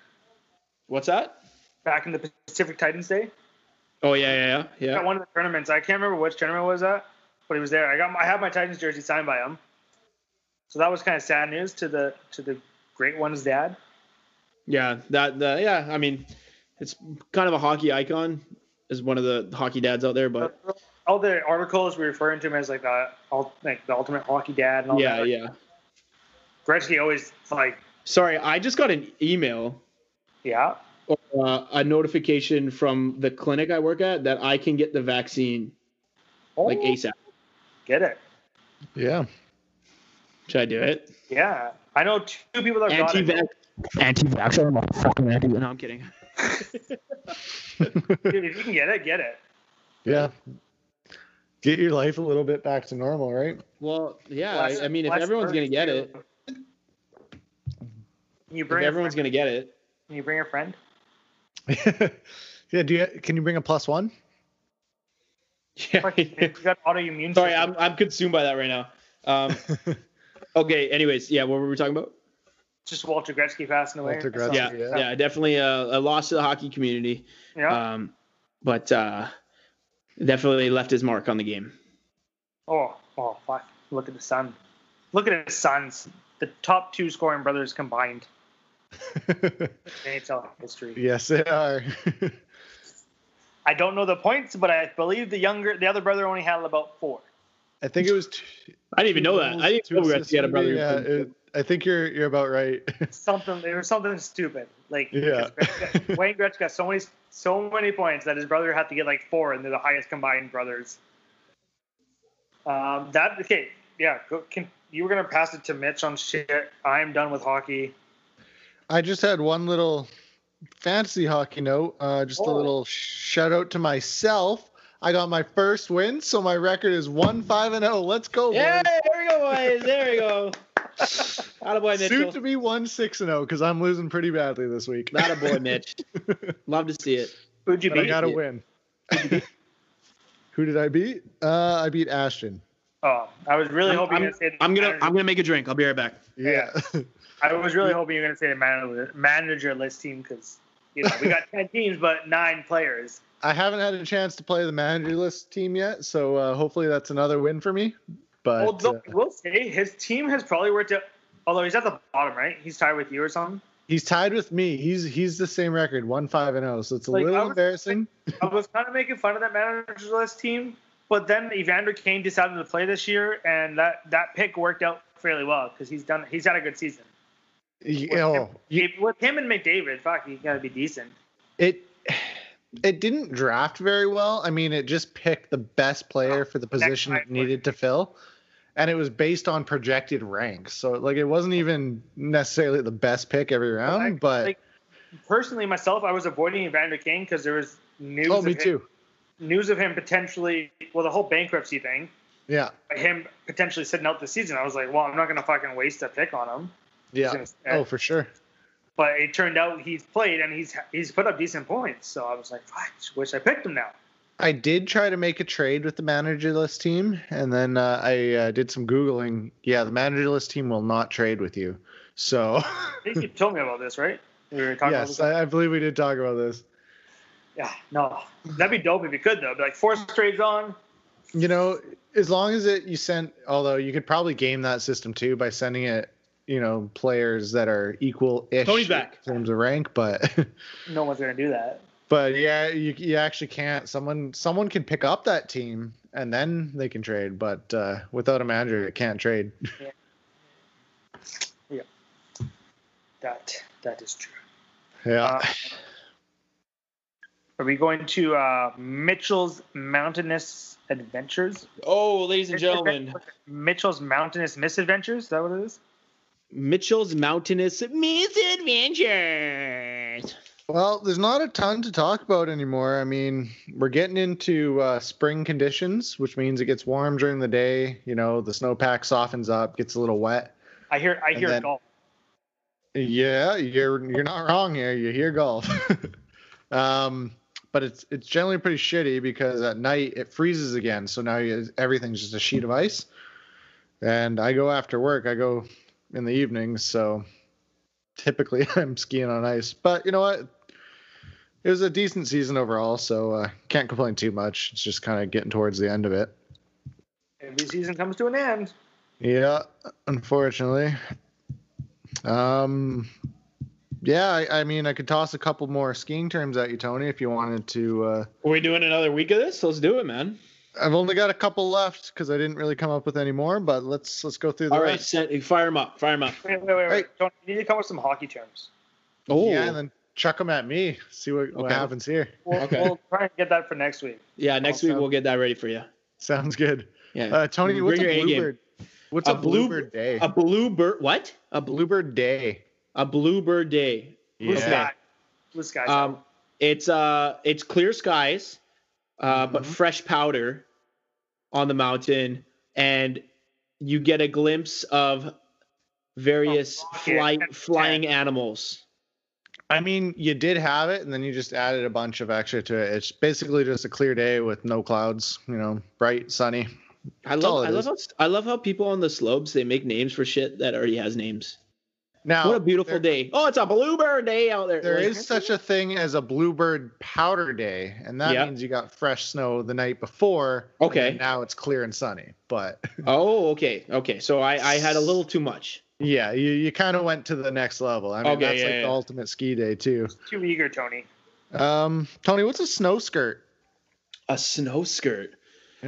Speaker 1: What's that?
Speaker 2: Back in the Pacific Titans day.
Speaker 1: Oh yeah, yeah, yeah. yeah.
Speaker 2: At one of the tournaments. I can't remember which tournament it was at, but he was there. I got my, I had my Titans jersey signed by him. So that was kind of sad news to the to the great one's dad.
Speaker 1: Yeah, that the yeah, I mean, it's kind of a hockey icon is one of the hockey dads out there, but
Speaker 2: all the articles were referring to him as like the ul- like the ultimate hockey dad and all
Speaker 1: yeah,
Speaker 2: that.
Speaker 1: yeah.
Speaker 2: Gretzky always like
Speaker 1: Sorry, I just got an email
Speaker 2: yeah.
Speaker 1: or uh, a notification from the clinic I work at that I can get the vaccine like
Speaker 2: Oh,
Speaker 1: ASAP.
Speaker 2: Get it?
Speaker 3: Yeah.
Speaker 1: Should I do it?
Speaker 2: Yeah. I know two people that got it.
Speaker 1: Anti-vax, anti-vaxxer, I'm a fucking anti. No, I'm kidding.
Speaker 2: Dude, if you can get it, get it.
Speaker 3: yeah. Get your life a little bit back to normal, right?
Speaker 1: Well, yeah,
Speaker 2: Less-
Speaker 1: I, I mean, if
Speaker 2: less
Speaker 1: everyone's gonna
Speaker 2: birds,
Speaker 1: get
Speaker 2: too.
Speaker 1: it,
Speaker 2: You
Speaker 1: if
Speaker 2: bring
Speaker 1: everyone's
Speaker 2: everyone's
Speaker 1: gonna get it,
Speaker 2: gonna. You bring a friend.
Speaker 3: Yeah. Do you can you bring a plus one?
Speaker 1: Yeah.
Speaker 2: Fuck, you got autoimmune.
Speaker 1: Sorry,
Speaker 2: system.
Speaker 1: I'm I'm consumed by that right now. Um, okay. Anyways, yeah. What were we talking about?
Speaker 2: just Walter Gretzky passing away.
Speaker 3: Walter
Speaker 2: I saw-
Speaker 3: Gretzky.
Speaker 1: Yeah, yeah.
Speaker 3: yeah.
Speaker 1: definitely a, a loss to the hockey community.
Speaker 2: Yeah.
Speaker 1: Um, but uh, definitely left his mark on the game. Uh,
Speaker 2: oh, oh, fuck. Look at the sun. Look at his sons. The top two scoring brothers combined in NHL history.
Speaker 3: yes, they are.
Speaker 2: I don't know the points, but I believe the younger, the other brother only had about four.
Speaker 3: I think it was. Two,
Speaker 1: I didn't even know that. I didn't
Speaker 3: two
Speaker 1: know we
Speaker 3: assists,
Speaker 1: had a brother.
Speaker 3: maybe?
Speaker 1: who
Speaker 3: Yeah,
Speaker 1: couldn't-
Speaker 3: it- I think you're you're about right.
Speaker 2: Something there was something stupid. Like
Speaker 3: Yeah.
Speaker 2: Gretzky- Wayne Gretzky got so many so many points that his brother had to get like four, and they're the highest combined brothers. Um, that okay, yeah. Go, can, you were gonna pass it to Mitch on shit. I'm done with hockey.
Speaker 3: I just had one little fantasy hockey note. Uh, just a
Speaker 2: Oh.
Speaker 3: little shout out to myself. I got my first win, so my record is one five and zero. Let's go! boys.
Speaker 1: Yeah, there we go, boys. There we go. Not a boy,
Speaker 3: Soon to
Speaker 1: Mitchell.
Speaker 3: be one six and zero because I'm losing pretty badly this week.
Speaker 1: Not a boy, Mitch. Love to see it.
Speaker 2: Who'd you
Speaker 3: But I
Speaker 2: beat?
Speaker 3: got to
Speaker 1: you.
Speaker 3: win. Who did I beat? Uh, I beat Ashton.
Speaker 2: Oh, I was really
Speaker 1: I'm-
Speaker 2: hoping you were gonna say. the
Speaker 1: I'm gonna
Speaker 2: manager-
Speaker 1: I'm gonna make a drink. I'll be right back.
Speaker 3: Yeah.
Speaker 2: I was really hoping you were gonna say the manager, manager list team because you know we got ten teams but nine players.
Speaker 3: I haven't had a chance to play the managerless team yet, so uh, hopefully that's another win for me. But
Speaker 2: Although
Speaker 3: uh,
Speaker 2: I will say his team has probably worked out. Although he's at the bottom, right? He's tied with you or something.
Speaker 3: he's tied with me. He's he's the same record, one five and zero. So it's a
Speaker 2: Like, I
Speaker 3: little
Speaker 2: was-
Speaker 3: embarrassing.
Speaker 2: I was kind of making fun of that manager's list team, but then Evander Kane decided to play this year, and that that pick worked out fairly well because he's done. He's had a good season.
Speaker 3: You know, you-
Speaker 2: If- with him and McDavid, fuck, you gotta be decent.
Speaker 3: it it didn't draft very well. I mean, it just picked the best player for the position
Speaker 2: guy
Speaker 3: it needed to fill, and it was based on projected ranks. So like, it wasn't even necessarily the best pick every round, but
Speaker 2: like, Personally, myself, I was avoiding Evander Kane because there was news.
Speaker 3: oh,
Speaker 2: of
Speaker 3: me
Speaker 2: him,
Speaker 3: too.
Speaker 2: News of him potentially, well, the whole bankruptcy thing,
Speaker 3: Yeah,
Speaker 2: him potentially sitting out the season. I was like, well, I'm not gonna fucking waste a pick on him. He's
Speaker 3: yeah.
Speaker 2: gonna stay.
Speaker 3: Oh, for sure.
Speaker 2: but it turned out he's played and he's he's put up decent points. So I was like, fuck, wish I picked him now.
Speaker 3: I did try to make a trade with the managerless team, and then uh, I uh, did some googling. Yeah, the managerless team will not trade with you. So
Speaker 2: I think you told me about this, right? We were talking
Speaker 3: yes,
Speaker 2: about
Speaker 3: I, I believe we did talk about this.
Speaker 2: this. yeah, no, that'd be dope if you could though. Be like four trades on.
Speaker 3: You know, as long as it you sent, although you could probably game that system too by sending it, you know, players that are equal ish
Speaker 1: Tony's back.
Speaker 3: in terms of rank, but
Speaker 2: No one's gonna do that.
Speaker 3: but yeah, you you actually can't. Someone someone can pick up that team and then they can trade, but uh, without a manager, it can't trade.
Speaker 2: That that is true.
Speaker 3: Yeah.
Speaker 2: Uh, are we going to uh, Mitchell's Mountainous Adventures?
Speaker 1: Oh, ladies and gentlemen,
Speaker 2: Mitchell's Mountainous Misadventures. Is that what it is?
Speaker 1: Mitchell's mountainous misadventures.
Speaker 3: Well, there's not a ton to talk about anymore. I mean, we're getting into uh, spring conditions, which means it gets warm during the day. You know, the snowpack softens up, gets a little wet.
Speaker 2: I hear I
Speaker 3: And
Speaker 2: hear
Speaker 3: then-
Speaker 2: golf.
Speaker 3: Yeah, you're you're not wrong here. You hear golf, um, but it's it's generally pretty shitty because at night it freezes again. So now you, everything's just a sheet of ice. And I go after work. I go in the evenings, so typically I'm skiing on ice. But you know what? It was a decent season overall, so uh, can't complain too much. It's just kind of getting towards the end of it.
Speaker 2: Every season comes to an end.
Speaker 3: Yeah, unfortunately. Um, yeah, I, I mean, I could toss a couple more skiing terms at you, Tony, if you wanted to. Uh,
Speaker 1: Are we doing another week of this? Let's do it, man.
Speaker 3: I've only got a couple left because I didn't really come up with any more. But let's let's go through the
Speaker 1: All right,
Speaker 3: rest.
Speaker 1: send, fire him up. Fire him up.
Speaker 2: Wait, wait, wait, wait.
Speaker 3: Right.
Speaker 2: Don't, you need to come with some hockey terms.
Speaker 1: Oh,
Speaker 3: Yeah, and then chuck them at me. See what, what
Speaker 1: Okay.
Speaker 3: happens here.
Speaker 2: We'll,
Speaker 1: Okay.
Speaker 2: we'll try and get that for next week.
Speaker 1: yeah. Next
Speaker 3: Awesome.
Speaker 1: week we'll get that ready for you.
Speaker 3: Sounds good.
Speaker 1: Yeah.
Speaker 3: Uh, Tony,
Speaker 1: Bring
Speaker 3: what's
Speaker 1: your
Speaker 3: a
Speaker 1: A game.
Speaker 3: bluebird? What's
Speaker 1: A
Speaker 3: a,
Speaker 1: blue-
Speaker 3: bluebird day?
Speaker 1: a bluebird. What? A blue.
Speaker 3: bluebird day.
Speaker 1: A bluebird day.
Speaker 2: Blue
Speaker 3: Yeah.
Speaker 2: sky. Blue sky.
Speaker 1: Um, it's uh, it's clear skies, uh, but
Speaker 3: Mhm.
Speaker 1: fresh powder on the mountain, and you get a glimpse of various
Speaker 2: rocket
Speaker 1: fly,
Speaker 2: and-
Speaker 1: flying animals.
Speaker 3: I mean, you did have it, and then you just added a bunch of extra to it. It's basically just a clear day with no clouds. You know, bright, sunny.
Speaker 1: I
Speaker 3: That's all
Speaker 1: love
Speaker 3: it
Speaker 1: I love
Speaker 3: is.
Speaker 1: how I love how people on the slopes they make names for shit that already has names.
Speaker 3: Now,
Speaker 1: what a beautiful
Speaker 3: there-
Speaker 1: day! Oh, it's a bluebird day out there.
Speaker 3: There
Speaker 1: Like,
Speaker 3: is such a thing as a bluebird powder day, and that
Speaker 1: Yeah.
Speaker 3: means you got fresh snow the night before. and
Speaker 1: Okay.
Speaker 3: then now it's clear and sunny, but
Speaker 1: Oh, okay, okay. So I I had a little too much.
Speaker 3: yeah, you, you kind of went to the next level. I mean,
Speaker 1: Okay,
Speaker 3: that's
Speaker 1: yeah,
Speaker 3: like
Speaker 1: yeah.
Speaker 3: the ultimate ski day too.
Speaker 2: Too eager, Tony.
Speaker 3: Um, Tony, what's a snow skirt?
Speaker 1: A snow skirt.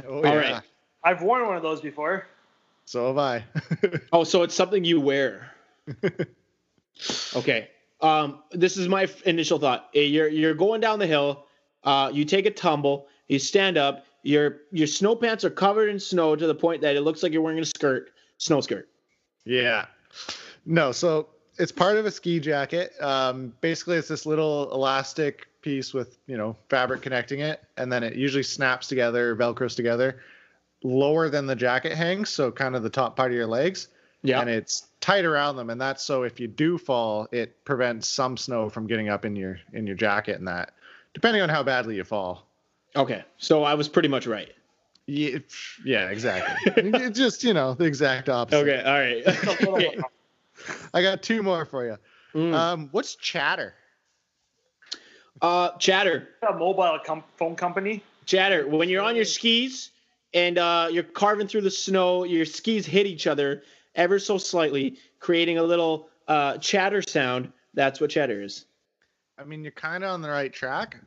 Speaker 3: Oh,
Speaker 1: right.
Speaker 2: I've worn one of those before.
Speaker 3: So have I.
Speaker 1: Oh, so it's something you wear. okay. Um, this is my f- initial thought. Eh, You're you're going down the hill. Uh, you take a tumble. You stand up. Your your snow pants are covered in snow to the point that it looks like you're wearing a skirt, snow skirt.
Speaker 3: Yeah. No, so it's part of a ski jacket. Um, basically, it's this little elastic piece with you know fabric connecting it, and then it usually snaps together, velcros together, lower than the jacket hangs, so kind of the top part of your legs,
Speaker 1: Yeah.
Speaker 3: and it's tight around them, and that's so if you do fall, it prevents some snow from getting up in your in your jacket and that, depending on how badly you fall.
Speaker 1: Okay. So I was pretty much right.
Speaker 3: Yeah, yeah exactly. it's just you know the exact opposite.
Speaker 1: Okay. All
Speaker 2: It's a little-
Speaker 1: right.
Speaker 3: I got two more for you.
Speaker 1: Mm.
Speaker 3: Um, what's chatter?
Speaker 1: Uh, chatter,
Speaker 2: a mobile com- phone company.
Speaker 1: chatter. When you're on your skis and uh, you're carving through the snow, your skis hit each other ever so slightly, creating a little uh, chatter sound. That's what chatter is.
Speaker 3: I mean, you're kind of on the right track.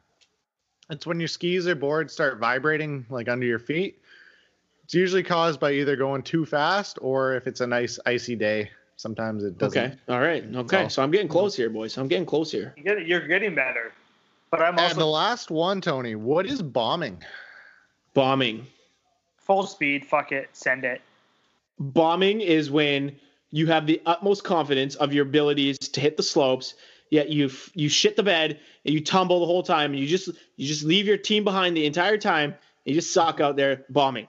Speaker 3: It's when your skis or board start vibrating like under your feet. It's usually caused by either going too fast or if it's a nice icy day. Sometimes it doesn't.
Speaker 1: Okay. All right. Okay.
Speaker 3: Oh.
Speaker 1: So I'm getting close here, boys. I'm getting close here.
Speaker 2: You get, you're getting better. But I'm
Speaker 3: And the
Speaker 2: also
Speaker 3: last one, Tony. What is bombing?
Speaker 1: Bombing.
Speaker 2: full speed. Fuck it. Send it.
Speaker 1: Bombing is when you have the utmost confidence of your abilities to hit the slopes, yet you f- you shit the bed and you tumble the whole time and you just you just leave your team behind the entire time. And you just suck out there bombing.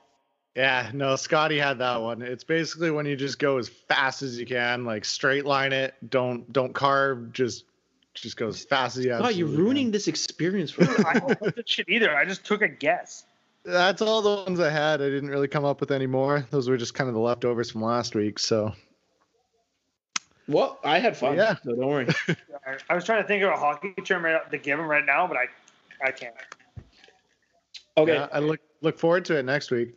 Speaker 3: Yeah, no, Scotty had that one. It's basically when you just go as fast as you can, like straight line it. Don't don't carve. Just just go as fast as you.
Speaker 1: God, you're
Speaker 3: absolutely can.
Speaker 1: ruining this experience for us.
Speaker 2: I don't know this shit either. I just took a guess.
Speaker 3: That's all the ones I had. I didn't really come up with any more. Those were just kind of the leftovers from last week. So
Speaker 1: well, I had fun.
Speaker 3: Yeah.
Speaker 1: So don't worry.
Speaker 2: I- I was trying to think of a hockey term right, to give him right now, but I, I can't.
Speaker 1: Okay.
Speaker 3: Yeah, I look look forward to it next week.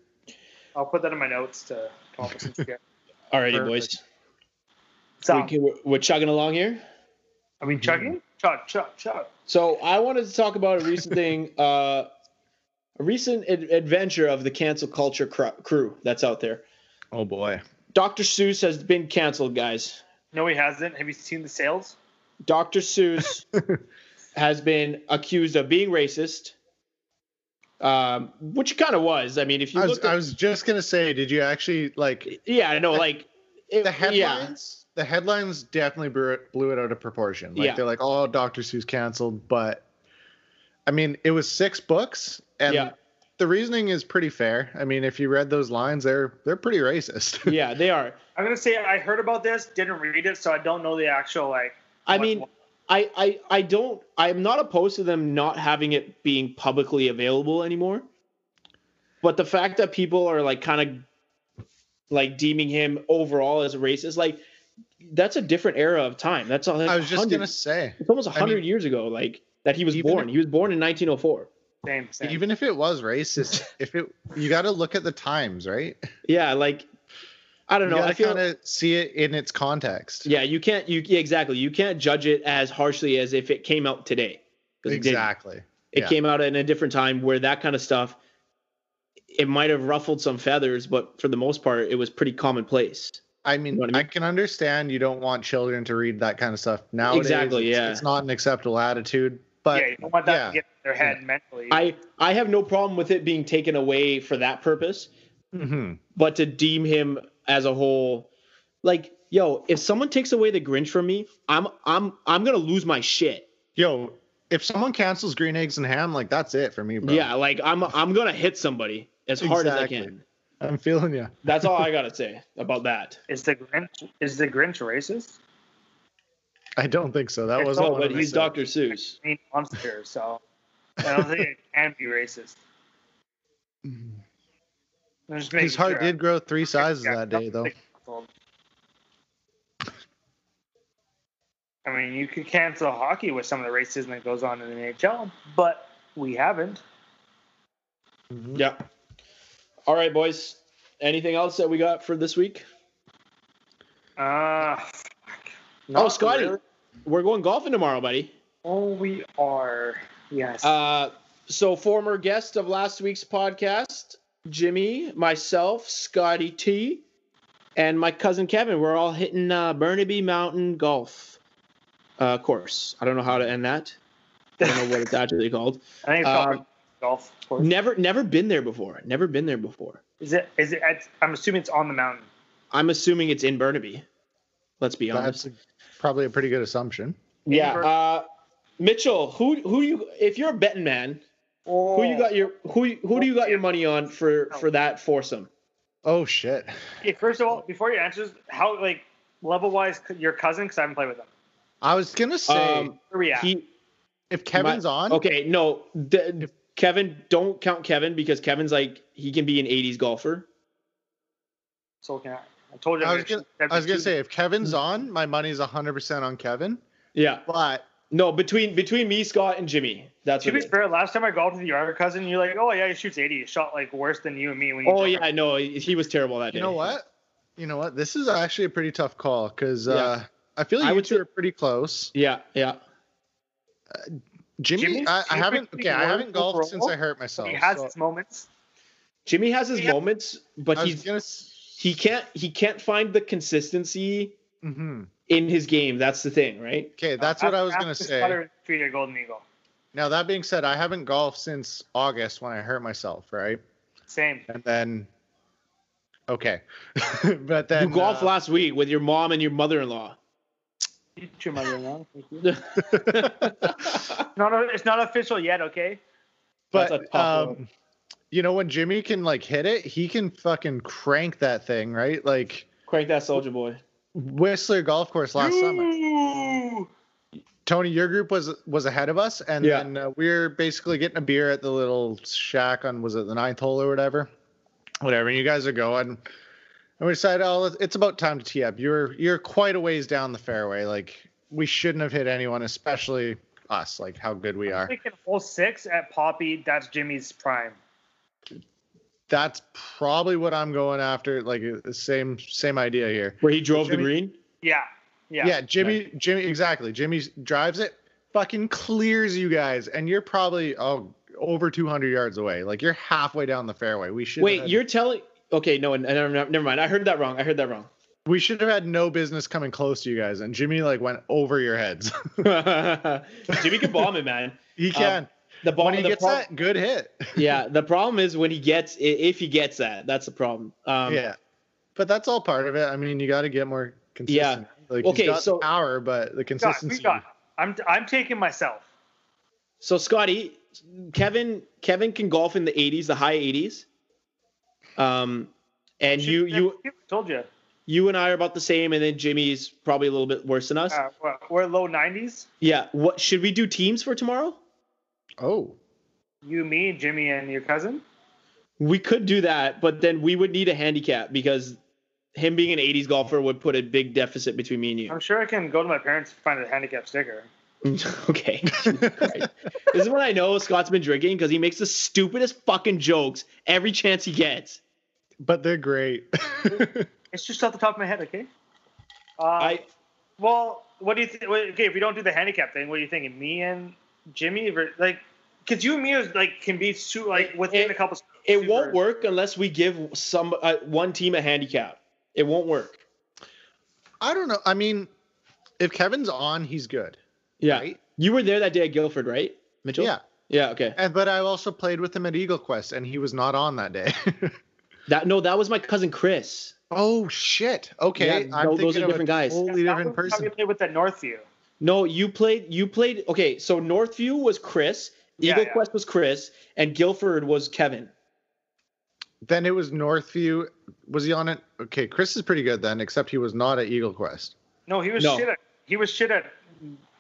Speaker 2: I'll put that in my notes to come up with something. good.
Speaker 1: All righty,
Speaker 3: Perfect.
Speaker 1: boys.
Speaker 2: So,
Speaker 1: We can, we're, we're chugging along here.
Speaker 2: are we chugging? Chug, chug, chug.
Speaker 1: So I wanted to talk about a recent thing, uh, a recent ad- adventure of the cancel culture cr- crew that's out there.
Speaker 3: Oh boy.
Speaker 1: Dr. Seuss has been canceled, guys.
Speaker 2: No, he hasn't. Have you seen the sales?
Speaker 1: Dr. Seuss has been accused of being racist, um, which kind of was. I mean, if you
Speaker 3: I was,
Speaker 1: look,
Speaker 3: I was just gonna say, did you actually like
Speaker 1: yeah, I know, like it,
Speaker 3: the
Speaker 1: Yeah,
Speaker 3: headlines? The headlines definitely blew it, blew it out of proportion. Like
Speaker 1: Yeah.
Speaker 3: they're like, "Oh, Doctor Seuss canceled," but I mean, it was six books, and
Speaker 1: Yeah.
Speaker 3: the reasoning is pretty fair. I mean, if you read those lines, they're they're pretty racist.
Speaker 1: yeah, they are.
Speaker 2: I'm gonna say I heard about this, didn't read it, so I don't know the actual like.
Speaker 1: I
Speaker 2: what-
Speaker 1: mean, I, I I don't I'm not opposed to them not having it being publicly available anymore. But the fact that people are like kind of like deeming him overall as a racist, like that's a different era of time. That's all. That's
Speaker 3: I was just
Speaker 1: 100
Speaker 3: gonna say.
Speaker 1: It's almost
Speaker 3: mean-
Speaker 1: hundred years ago, like that he was
Speaker 3: Even
Speaker 1: born.
Speaker 3: if-
Speaker 1: he was born in 1904.
Speaker 2: same, same.
Speaker 3: Even if it was racist, if it you got to look at the times, right?
Speaker 1: Yeah, like I don't know.
Speaker 3: you
Speaker 1: I
Speaker 3: got to
Speaker 1: feel
Speaker 3: kind of see it in its context.
Speaker 1: yeah. You can't you yeah, exactly. You can't judge it as harshly as if it came out today. 'Cause it didn't.
Speaker 3: exactly.
Speaker 1: it
Speaker 3: Yeah.
Speaker 1: came out in a different time where that kind of stuff it might have ruffled some feathers but for the most part it was pretty commonplace
Speaker 3: I mean,
Speaker 1: You know what I
Speaker 3: I, can understand you don't want children to read that kind of stuff nowadays.
Speaker 1: Exactly,
Speaker 3: It's-
Speaker 1: yeah.
Speaker 3: It's not an acceptable attitude, but
Speaker 2: yeah, you don't want that
Speaker 3: yeah.
Speaker 2: to get in their head mentally.
Speaker 1: i i have no problem with it being taken away for that purpose
Speaker 3: Mhm.
Speaker 1: but to deem him as a whole like yo if someone takes away the grinch from me i'm i'm i'm gonna lose my shit
Speaker 3: yo, if someone cancels green eggs and ham, like that's it for me, bro.
Speaker 1: yeah like i'm i'm gonna hit somebody as hard
Speaker 3: Exactly.
Speaker 1: as i can
Speaker 3: I'm feeling you.
Speaker 1: that's all i gotta say about that
Speaker 2: is the Grinch is the Grinch racist?
Speaker 3: I don't think so. That
Speaker 2: It's
Speaker 3: wasn't.
Speaker 2: all-
Speaker 1: Oh,
Speaker 3: one
Speaker 1: but
Speaker 3: I
Speaker 1: he's
Speaker 3: said.
Speaker 1: Dr. Seuss.
Speaker 2: mean monster, so I don't think it can be racist. I'm just making
Speaker 3: Mm-hmm. His heart
Speaker 2: sure.
Speaker 3: did grow three sizes
Speaker 2: Yeah,
Speaker 3: that day, though.
Speaker 2: I mean, you could cancel hockey with some of the racism that goes on in the NHL, but we haven't.
Speaker 3: Mm-hmm.
Speaker 1: Yeah. All right, boys. Anything else that we got for this week?
Speaker 2: Uh,
Speaker 1: oh, Scotty, we're going golfing tomorrow, buddy.
Speaker 2: Oh, we are. Yes.
Speaker 1: Uh, so, former guest of last week's podcast, Jimmy, myself, Scotty T, and my cousin Kevin, we're all hitting uh, Burnaby Mountain Golf uh, course. I don't know how to end that. I don't know what it's actually called.
Speaker 2: I think it's called
Speaker 1: uh,
Speaker 2: golf course.
Speaker 1: Never, never been there before. Never been there before.
Speaker 2: Is it? Is it? At, I'm assuming it's on the mountain.
Speaker 1: I'm assuming it's in Burnaby. Let's be honest.
Speaker 3: That's a, probably a pretty good assumption.
Speaker 1: Yeah.
Speaker 2: Amber-
Speaker 1: Uh, Mitchell, who who you if you're a betting man,
Speaker 2: Oh,
Speaker 1: who you got your who who do you got your money on for for that foursome?
Speaker 3: Oh shit!
Speaker 2: Okay, first of all, before you answer, this, how like level wise your cousin? Because I haven't played with them.
Speaker 3: I was gonna say
Speaker 1: Um,
Speaker 2: Where we at?
Speaker 1: He
Speaker 3: if Kevin's on,
Speaker 1: okay, no, the, Kevin, don't count Kevin because Kevin's like he can be an '80s golfer.
Speaker 2: so can I, I told you.
Speaker 3: I
Speaker 2: I'm
Speaker 3: was
Speaker 2: gonna-
Speaker 3: I was gonna say if Kevin's on, my money's hundred percent on Kevin.
Speaker 1: Yeah,
Speaker 3: But
Speaker 1: no, between between me, Scott, and Jimmy, that's
Speaker 2: To
Speaker 1: what.
Speaker 2: be
Speaker 1: It is.
Speaker 2: fair, last time I golfed with your other cousin, you're like, oh yeah, he shoots 80. He shot like worse than you and me when you.
Speaker 1: Oh yeah, no, he he was terrible that day.
Speaker 3: you know what? You know what? This is actually a pretty tough call because uh, I feel like
Speaker 1: I
Speaker 3: you
Speaker 1: would
Speaker 3: two
Speaker 1: say-
Speaker 3: are pretty close.
Speaker 1: Yeah, yeah.
Speaker 3: Jimmy,
Speaker 2: Jimmy's
Speaker 3: I, I
Speaker 2: super
Speaker 3: haven't. Okay, I haven't
Speaker 2: good
Speaker 3: golfed
Speaker 2: overall.
Speaker 3: since I hurt myself.
Speaker 2: He has
Speaker 3: so
Speaker 2: his moments.
Speaker 1: Jimmy has his
Speaker 2: Yeah.
Speaker 1: moments,
Speaker 3: I
Speaker 1: but
Speaker 3: was
Speaker 1: he's
Speaker 3: gonna. s-
Speaker 1: he can't he can't find the consistency
Speaker 3: Mhm.
Speaker 1: in his game. That's the thing, right?
Speaker 3: Okay, that's what I was
Speaker 2: Ask-
Speaker 3: gonna
Speaker 2: ask the
Speaker 3: say.
Speaker 2: putter Treat a golden eagle.
Speaker 3: Now that being said, I haven't golfed since August when I hurt myself, right?
Speaker 2: Same.
Speaker 3: And then, okay, but then
Speaker 1: you golfed
Speaker 3: uh,
Speaker 1: last week with your mom and your mother-in-law.
Speaker 2: You two mother in law.
Speaker 1: yeah,
Speaker 2: No, no, it's not official yet. Okay.
Speaker 1: That's
Speaker 3: but
Speaker 1: a tough
Speaker 3: um, you know when Jimmy can like hit it, he can fucking crank that thing, right? Like
Speaker 1: crank that soldier boy.
Speaker 3: Whistler Golf Course last summer.
Speaker 2: Ooh.
Speaker 3: Tony, your group was was ahead of us, and
Speaker 1: Yeah.
Speaker 3: then uh, we are basically getting a beer at the little shack on was it the ninth hole or whatever, whatever. And you guys are going, and we decided, oh, it's about time to tee up. You're you're quite a ways down the fairway. Like we shouldn't have hit anyone, especially us. Like how good we are.
Speaker 2: Thinking hole six at Poppy. That's Jimmy's prime.
Speaker 3: That's probably what I'm going after. Like the same same idea here.
Speaker 1: Where he drove the
Speaker 3: Jimmy-
Speaker 1: green?
Speaker 2: Yeah.
Speaker 3: Yeah,
Speaker 2: Yeah.
Speaker 3: Jimmy, Jimmy, exactly. Jimmy drives it, fucking clears you guys, and you're probably oh over 200 yards away. Like you're halfway down the fairway. We should
Speaker 1: Wait, you're telling? Okay, no, and never, never mind. I heard that wrong. I heard that wrong.
Speaker 3: we should have had no business coming close to you guys, and Jimmy like went over your heads.
Speaker 1: Jimmy can bomb it, man.
Speaker 3: he can
Speaker 1: The bomb.
Speaker 3: when he
Speaker 1: Um, the
Speaker 3: gets
Speaker 1: prob-
Speaker 3: that good hit.
Speaker 1: Yeah, the problem is when he gets i- if he gets that. That's the problem. Um,
Speaker 3: yeah, but that's all part of it. I mean, you got to get more consistent. Yeah. Like
Speaker 1: Okay,
Speaker 3: he's got
Speaker 1: so-
Speaker 3: the power, but the
Speaker 2: We got,
Speaker 3: consistency.
Speaker 2: we got. I'm, I'm taking myself.
Speaker 1: So Scotty, Kevin, Kevin can golf in the 80s, the high 80s. Um, and you, you,
Speaker 2: told you.
Speaker 1: you and I are about the same, and then Jimmy's probably a little bit worse than us.
Speaker 2: Uh, we're- we're low 90s.
Speaker 1: Yeah. What should we do teams for tomorrow?
Speaker 3: Oh,
Speaker 2: You, me, Jimmy, and your cousin.
Speaker 1: We could do that, but then we would need a handicap because him being an 80s golfer would put a big deficit between me and you.
Speaker 2: I'm sure I can go to my parents and find a handicap sticker.
Speaker 1: okay. Right. This is when I know Scott's been drinking because he makes the stupidest fucking jokes every chance he gets.
Speaker 3: but they're great.
Speaker 2: It's just off the top of my head, okay? Uh,
Speaker 1: I
Speaker 2: well, what do you think? Okay, if we don't do the handicap thing, what are you thinking? Me and Jimmy, ver- like, because you and me is like can be su- like within
Speaker 1: It-
Speaker 2: a couple.
Speaker 1: it
Speaker 2: super-
Speaker 1: won't work unless we give some uh, one team a handicap. It won't work.
Speaker 3: I don't know. I mean, if Kevin's on, he's good.
Speaker 1: Yeah.
Speaker 3: Right?
Speaker 1: You were there that day at Guilford, right, Mitchell?
Speaker 3: Yeah.
Speaker 1: Yeah. Okay.
Speaker 3: And but I also played with him at Eagle Quest, and he was not on that day.
Speaker 1: That no, that was my cousin Chris.
Speaker 3: oh shit! Okay,
Speaker 1: Yeah, tho- those are
Speaker 3: of a
Speaker 1: different guys.
Speaker 3: Totally
Speaker 2: That
Speaker 3: different
Speaker 2: was how we
Speaker 3: person.
Speaker 2: played with that Northview.
Speaker 1: No, you played. You played. Okay, so Northview was Chris.
Speaker 2: Yeah,
Speaker 1: Eagle
Speaker 2: yeah.
Speaker 1: Quest was Chris, and Guilford was Kevin.
Speaker 3: Then it was Northview. Was he on it? Okay, Chris is pretty good then, except he was not at Eagle Quest.
Speaker 2: No, he was
Speaker 1: No.
Speaker 2: shit at. He was shit at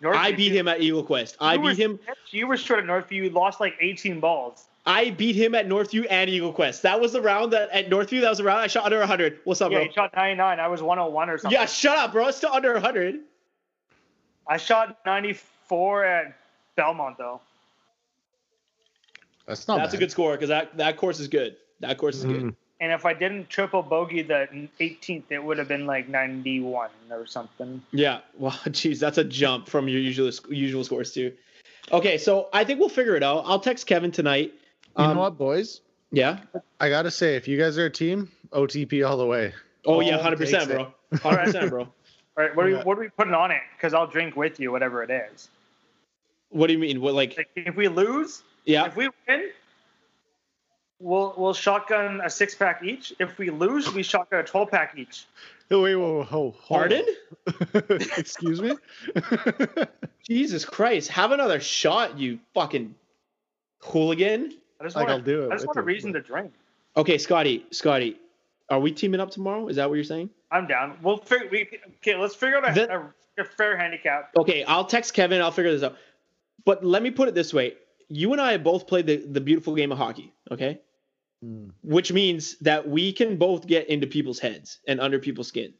Speaker 1: I beat him at Eagle Quest. I
Speaker 2: You were-
Speaker 1: beat him.
Speaker 2: You were short at Northview. You lost like 18 balls.
Speaker 1: I beat him at Northview and Eagle Quest. That was the round that at Northview. That was the round I shot under 100. What's up,
Speaker 2: yeah,
Speaker 1: bro?
Speaker 2: you shot 99. I was 101 or something.
Speaker 1: yeah, shut up, bro. It's still under 100.
Speaker 2: I shot 94 at Belmont though.
Speaker 3: That's not
Speaker 1: That's a
Speaker 3: bad.
Speaker 1: good score because that that course is good. That course is good.
Speaker 3: Mm.
Speaker 2: And if I didn't triple bogey the 18th, it would have been like 91 or something.
Speaker 1: Yeah. Well, geez, that's a jump from your usual usual scores too. Okay, so I think we'll figure it out. I'll text Kevin tonight.
Speaker 3: You
Speaker 1: Um,
Speaker 3: know what, boys?
Speaker 1: Yeah.
Speaker 3: I gotta say, if you guys are a team, OTP all the way.
Speaker 1: Oh
Speaker 3: All
Speaker 1: yeah, hundred percent,
Speaker 3: takes
Speaker 1: bro. Hundred percent, bro.
Speaker 2: All right, what are, we,
Speaker 3: Yeah.
Speaker 2: what are we putting on it? Because I'll drink with you, whatever it is.
Speaker 1: What do you mean? What like?
Speaker 2: Like if we lose,
Speaker 1: Yeah.
Speaker 2: if we win, we'll we'll shotgun a six pack each. If we lose, we shotgun a 12 pack each.
Speaker 3: Oh, Wait, whoa, whoa, whoa, hold
Speaker 1: Pardon?
Speaker 3: on. Excuse me.
Speaker 1: Jesus Christ! Have another shot, you fucking hooligan.
Speaker 2: I just
Speaker 3: like I'll
Speaker 2: want,
Speaker 3: do it.
Speaker 2: I just
Speaker 3: with
Speaker 2: want a
Speaker 3: you,
Speaker 2: reason
Speaker 3: but-
Speaker 2: to drink.
Speaker 1: Okay, Scotty. Scotty, are we teaming up tomorrow? Is that what you're saying?
Speaker 2: I'm down. We'll figure. We, okay, let's figure out a,
Speaker 1: The-
Speaker 2: a, a fair handicap.
Speaker 1: Okay, I'll text Kevin. I'll figure this out. But let me put it this way: you and I have both played the, the beautiful game of hockey. Okay.
Speaker 3: Mm.
Speaker 1: which means that we can both get into people's heads and under people's skin.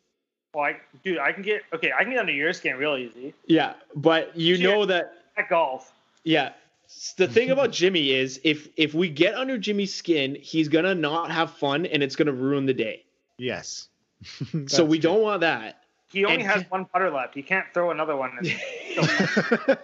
Speaker 2: Well, I, dude, I can get okay. I can get under your skin real easy
Speaker 1: Yeah, but you
Speaker 2: Yeah.
Speaker 1: know that
Speaker 2: at golf.
Speaker 1: yeah. S- The thing about Jimmy is if if we get under Jimmy's skin, he's going to not have fun and it's going to ruin the day.
Speaker 3: Yes.
Speaker 1: so we don't want that.
Speaker 2: He only
Speaker 1: And-
Speaker 2: has one putter left. He can't throw another one. In.
Speaker 3: don't.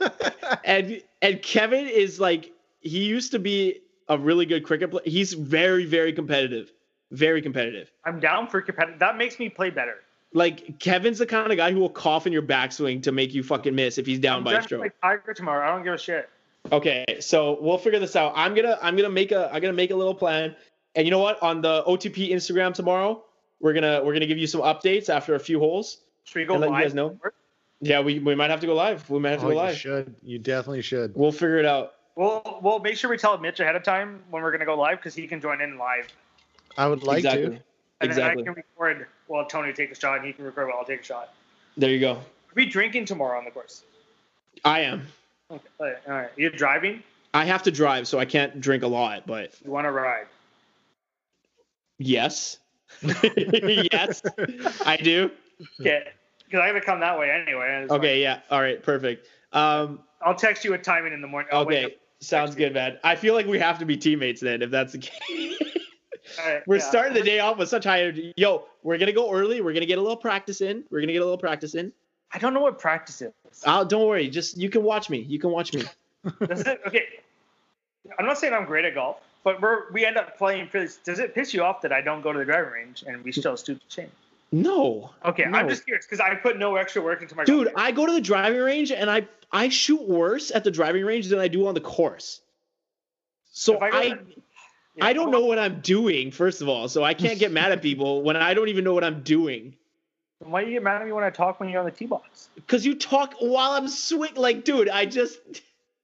Speaker 1: And and Kevin is like he used to be a really good cricket player. He's very very competitive. Very competitive.
Speaker 2: I'm down for competitive. That makes me play better.
Speaker 1: Like Kevin's the kind of guy who will cough in your backswing to make you fucking miss if he's down
Speaker 2: I'm
Speaker 1: by a
Speaker 2: dressed
Speaker 1: stroke.
Speaker 2: like Tiger tomorrow. I don't give a shit.
Speaker 1: Okay, so we'll figure this out. I'm gonna I'm gonna make a I'm gonna make a little plan. And you know what? On the OTP Instagram tomorrow, we're gonna we're gonna give you some updates after a few holes.
Speaker 2: Should we go
Speaker 1: And let you
Speaker 2: live?
Speaker 1: guys know. Yeah, we, we might have to go live. We might have to
Speaker 3: Oh,
Speaker 1: go
Speaker 3: you
Speaker 1: live.
Speaker 3: should. You definitely should.
Speaker 1: We'll figure it out.
Speaker 2: We'll we'll make sure we tell Mitch ahead of time when we're gonna go live because he can join in live.
Speaker 3: I would like
Speaker 1: exactly.
Speaker 3: to.
Speaker 2: And
Speaker 1: Exactly.
Speaker 2: then I can record while Tony takes a shot, and he can record while I'll take a shot.
Speaker 1: There you go.
Speaker 2: Are we drinking tomorrow on the course?
Speaker 1: I am.
Speaker 2: Okay. All right. You're driving.
Speaker 1: I have to drive, so I can't drink a lot. But
Speaker 2: You want to ride?
Speaker 1: yes, yes, I do.
Speaker 2: Yeah. Because I gotta come that way anyway. and it's
Speaker 1: Hmm. Okay, yeah. All right, perfect. Um,
Speaker 2: fine. I'll text you a timing in the morning. Oh, I'll wake
Speaker 1: okay, sounds good, man. I feel like we have to be teammates then, if that's the case.
Speaker 2: up- all right,
Speaker 1: We're
Speaker 2: yeah.
Speaker 1: starting the day off with such high energy. Yo, we're gonna go early. We're gonna get a little practice in. We're gonna get a little practice in.
Speaker 2: I don't know what practice is.
Speaker 1: Oh, don't worry. Just you can watch me. You can watch me.
Speaker 2: Does it, okay. I'm not saying I'm great at golf, but we're we end up playing for this. Does it piss you off that I don't go to the driving range and we still shoot the chain?
Speaker 1: No,
Speaker 2: Okay,
Speaker 1: No.
Speaker 2: I'm just curious because I put no extra work into my
Speaker 1: dude. I go to the driving range and I I shoot worse at the driving range than I do on the course. So
Speaker 2: If I
Speaker 1: I
Speaker 2: go
Speaker 1: I,
Speaker 2: to- Yeah,
Speaker 1: don't
Speaker 2: well,
Speaker 1: know what I'm doing. First of all, so I can't get mad at people when I don't even know what I'm doing.
Speaker 2: then Why do you get mad at me when I talk when you're on the tee box?
Speaker 1: Cause you talk while I'm swing. Like, dude, I just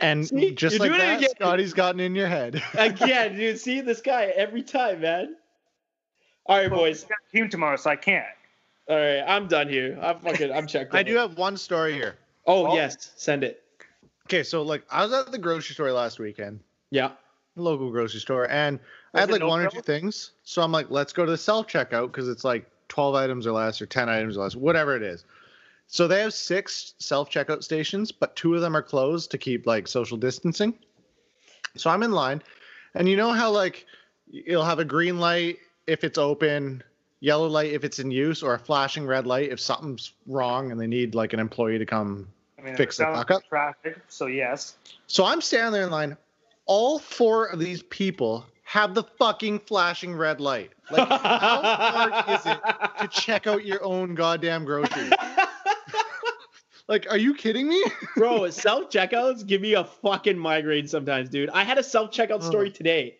Speaker 3: And
Speaker 1: See?
Speaker 3: just
Speaker 1: You're
Speaker 3: like
Speaker 1: doing it
Speaker 3: that,
Speaker 1: again.
Speaker 3: Scotty's gotten in your head.
Speaker 1: again, dude. See this guy every time, man. All right, boys.
Speaker 2: We got a team tomorrow, so I can't.
Speaker 1: All right, I'm done here. I'm fucking. I'm checked.
Speaker 3: I
Speaker 1: out.
Speaker 3: do have one story here.
Speaker 1: Oh,
Speaker 2: Oh.
Speaker 1: yes, send it.
Speaker 3: Okay, so like I was at the grocery store last weekend,
Speaker 1: Yeah.
Speaker 3: local grocery store, and I
Speaker 2: Was
Speaker 3: had
Speaker 2: it
Speaker 3: like one or
Speaker 2: no-frills?
Speaker 3: two things. So I'm like, let's go to the self checkout because it's like 12 items or less or 10 items or less, whatever it is. So they have six self checkout stations, but two of them are closed to keep like social distancing. So I'm in line, and you know how like you'll have a green light if it's open, yellow light if it's in use, or a flashing red light if something's wrong and they need like an employee to come
Speaker 2: I mean,
Speaker 3: Fix
Speaker 2: it
Speaker 3: the
Speaker 2: sounds
Speaker 3: fuck up.
Speaker 2: Traffic, so yes.
Speaker 3: So I'm standing there in line. All four of these people have the fucking flashing red light. Like, how hard is it to check out your own goddamn groceries? Like, are you kidding me?
Speaker 1: Bro, self checkouts give me a fucking migraine sometimes, dude. I had a self checkout story
Speaker 3: Oh.
Speaker 1: today.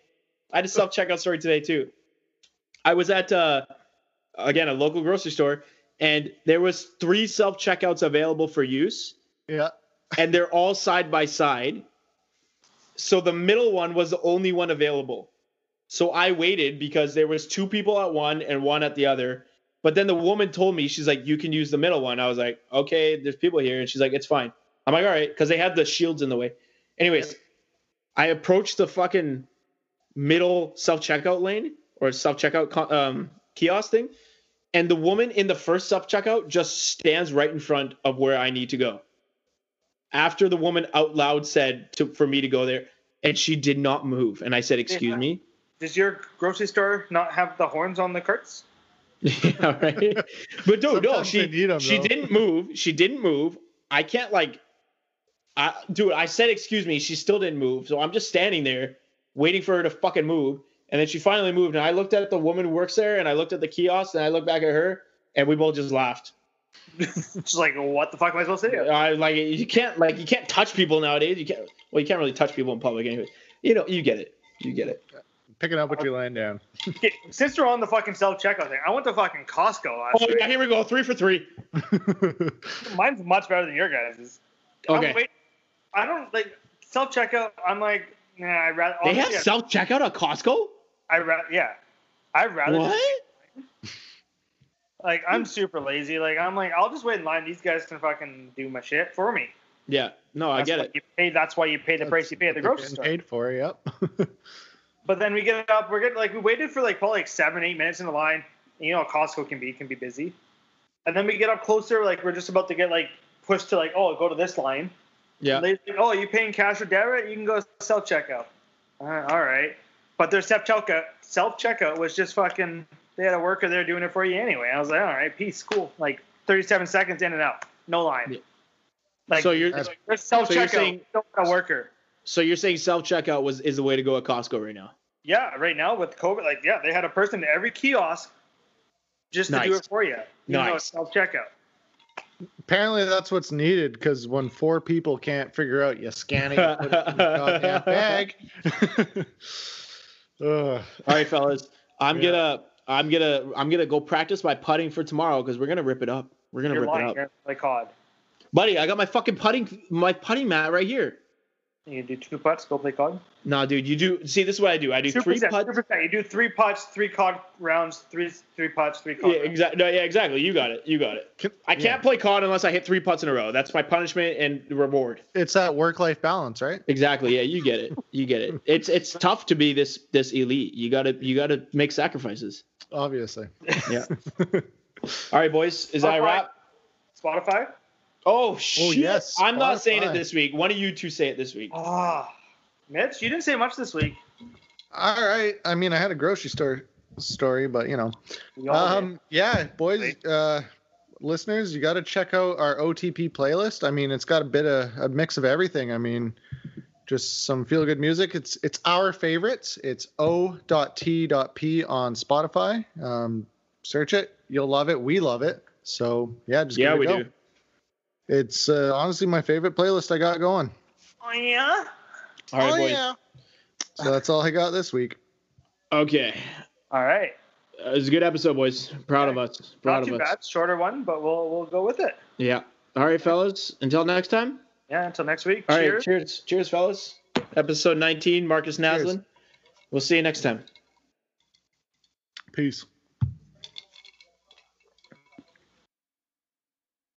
Speaker 1: I had a self checkout story today too. I was at uh, again a local grocery store, and there was three self checkouts available for use.
Speaker 3: Yeah.
Speaker 1: and they're all side by side. So the middle one was the only one available. So I waited because there was two people at one and one at the other. But then the woman told me, she's like, you can use the middle one. I was like, okay, there's people here. And she's like, it's fine. I'm like, all right, because they had the shields in the way. Anyways, I approached the fucking middle self checkout lane or self checkout um, kiosk thing. And the woman in the first self checkout just stands right in front of where I need to go. After the woman out loud said to, for me to go there, and she did not move. And I said, Excuse
Speaker 2: Yeah.
Speaker 1: me.
Speaker 2: Does your grocery store not have the horns on the carts?
Speaker 1: yeah, right. But no, no,
Speaker 3: Sometimes
Speaker 1: she
Speaker 3: they need 'em,
Speaker 1: she
Speaker 3: though.
Speaker 1: didn't move. She didn't move. I can't like, I dude. I said excuse me. She still didn't move. So I'm just standing there waiting for her to fucking move. And then she finally moved. And I looked at the woman who works there, and I looked at the kiosk, and I looked back at her, and we both just laughed.
Speaker 2: Just like, what the fuck am I supposed to do?
Speaker 1: I like you can't like you can't touch people nowadays. You can't well you can't really touch people in public anyway. You know you get it. You get it.
Speaker 3: Picking up what you're laying down.
Speaker 2: Okay, Since we're on the fucking self checkout thing, I went to fucking Costco last
Speaker 1: Oh
Speaker 2: week.
Speaker 1: yeah, here we go. Three for three.
Speaker 2: Mine's much better than your guys'.
Speaker 1: Okay.
Speaker 2: I'm wait- I don't like self checkout. I'm like, nah, I rather.
Speaker 1: they have
Speaker 2: honestly, I-
Speaker 1: self checkout at Costco.
Speaker 2: I ra- yeah. I rather
Speaker 1: What?
Speaker 2: like I'm super lazy. Like I'm like I'll just wait in line. These guys can fucking do my shit for me.
Speaker 1: Yeah. No, I
Speaker 2: That's
Speaker 1: get
Speaker 2: why
Speaker 1: it.
Speaker 2: You pay, that's why you pay the price you pay at the grocery
Speaker 3: Getting
Speaker 2: store.
Speaker 3: Paid for, yep.
Speaker 2: But then we get up. We're getting like we waited for like probably like seven, eight minutes in the line. And you know, how Costco can be can be busy. And then we get up closer. Like we're just about to get like pushed to like oh go to this line.
Speaker 1: Yeah.
Speaker 2: And they- oh, you paying cash or debit? You can go self checkout. Uh, all right. But their self checkout self checkout was just fucking. They had a worker there doing it for you anyway. I was like, all right, peace, cool. Like 37 seconds in and out, no line.
Speaker 1: Yeah.
Speaker 2: Like
Speaker 1: so you're
Speaker 3: That's-
Speaker 2: there's self
Speaker 1: so you're
Speaker 2: checkout,
Speaker 1: saying-
Speaker 2: don't got a worker.
Speaker 1: so you're saying self checkout was is the way to go at Costco right now?
Speaker 2: Yeah, right now with COVID, like yeah, they had a person at every kiosk just to do
Speaker 1: Nice.
Speaker 2: it for you. You know,
Speaker 1: Nice.
Speaker 2: self checkout.
Speaker 3: Apparently that's what's needed because when four people can't figure out, you scan it, you put it in your goddamn bag. Ugh.
Speaker 1: All right, fellas, I'm
Speaker 3: Yeah.
Speaker 1: gonna I'm gonna I'm gonna go practice my putting for tomorrow because we're gonna rip it up. We're gonna
Speaker 2: You're
Speaker 1: rip
Speaker 2: lying.
Speaker 1: it up,
Speaker 2: You're like COD.
Speaker 1: buddy. I got my fucking putting my putting mat right here.
Speaker 2: You do two putts, go play COD.
Speaker 1: Nah, dude, you do see this is what I do. I do
Speaker 2: Two
Speaker 1: three
Speaker 2: percent,
Speaker 1: putts.
Speaker 2: two percent. You do three putts, three COD rounds, three three putts, three
Speaker 1: Yeah,
Speaker 2: COD. rounds.
Speaker 1: exactly. No, yeah, exactly. You got it. You got it.
Speaker 3: Can-
Speaker 1: I can't play COD unless I hit three putts in a row. That's my punishment and reward.
Speaker 3: It's that work-life balance, right?
Speaker 1: Exactly. Yeah, you get it. You get it. It's it's tough to be this this elite. You gotta you gotta make sacrifices.
Speaker 3: Obviously.
Speaker 1: All right, boys. Is that a
Speaker 2: Spotify.
Speaker 1: wrap?
Speaker 2: Spotify.
Speaker 1: Oh shit!
Speaker 3: yes, Oh,
Speaker 1: I'm not saying it
Speaker 3: Spotify.
Speaker 1: this week. One of you two say it this week.
Speaker 2: Ah, Mitch, you didn't say much this week.
Speaker 3: All right. I mean, I had a grocery store story, but you know.
Speaker 2: We all did.
Speaker 3: Um, yeah, boys, uh, listeners, you got to check out our OTP playlist. I mean, it's got a bit of a mix of everything. I mean, just some feel good music. It's it's our favorites. It's o.t.p on Spotify. Um, search it. You'll love it. We love it. So, yeah, just give
Speaker 1: yeah,
Speaker 3: it a
Speaker 1: we
Speaker 3: go.
Speaker 1: do.
Speaker 3: It's uh, honestly my favorite playlist I got going.
Speaker 2: Oh yeah.
Speaker 1: All right, boys.
Speaker 3: So that's all I got this week.
Speaker 1: Okay,
Speaker 2: All right.
Speaker 1: Uh, it was a good episode, boys. Proud of us. Proud
Speaker 2: Not
Speaker 1: of
Speaker 2: too
Speaker 1: us.
Speaker 2: bad. Shorter one, but we'll we'll go with it.
Speaker 1: Yeah. All right, fellas. Until next time.
Speaker 2: Yeah. Until next week.
Speaker 1: All right.
Speaker 2: Cheers.
Speaker 1: Cheers. Cheers, fellas. Episode 19. Marcus Naslin. We'll see you next time.
Speaker 3: Peace.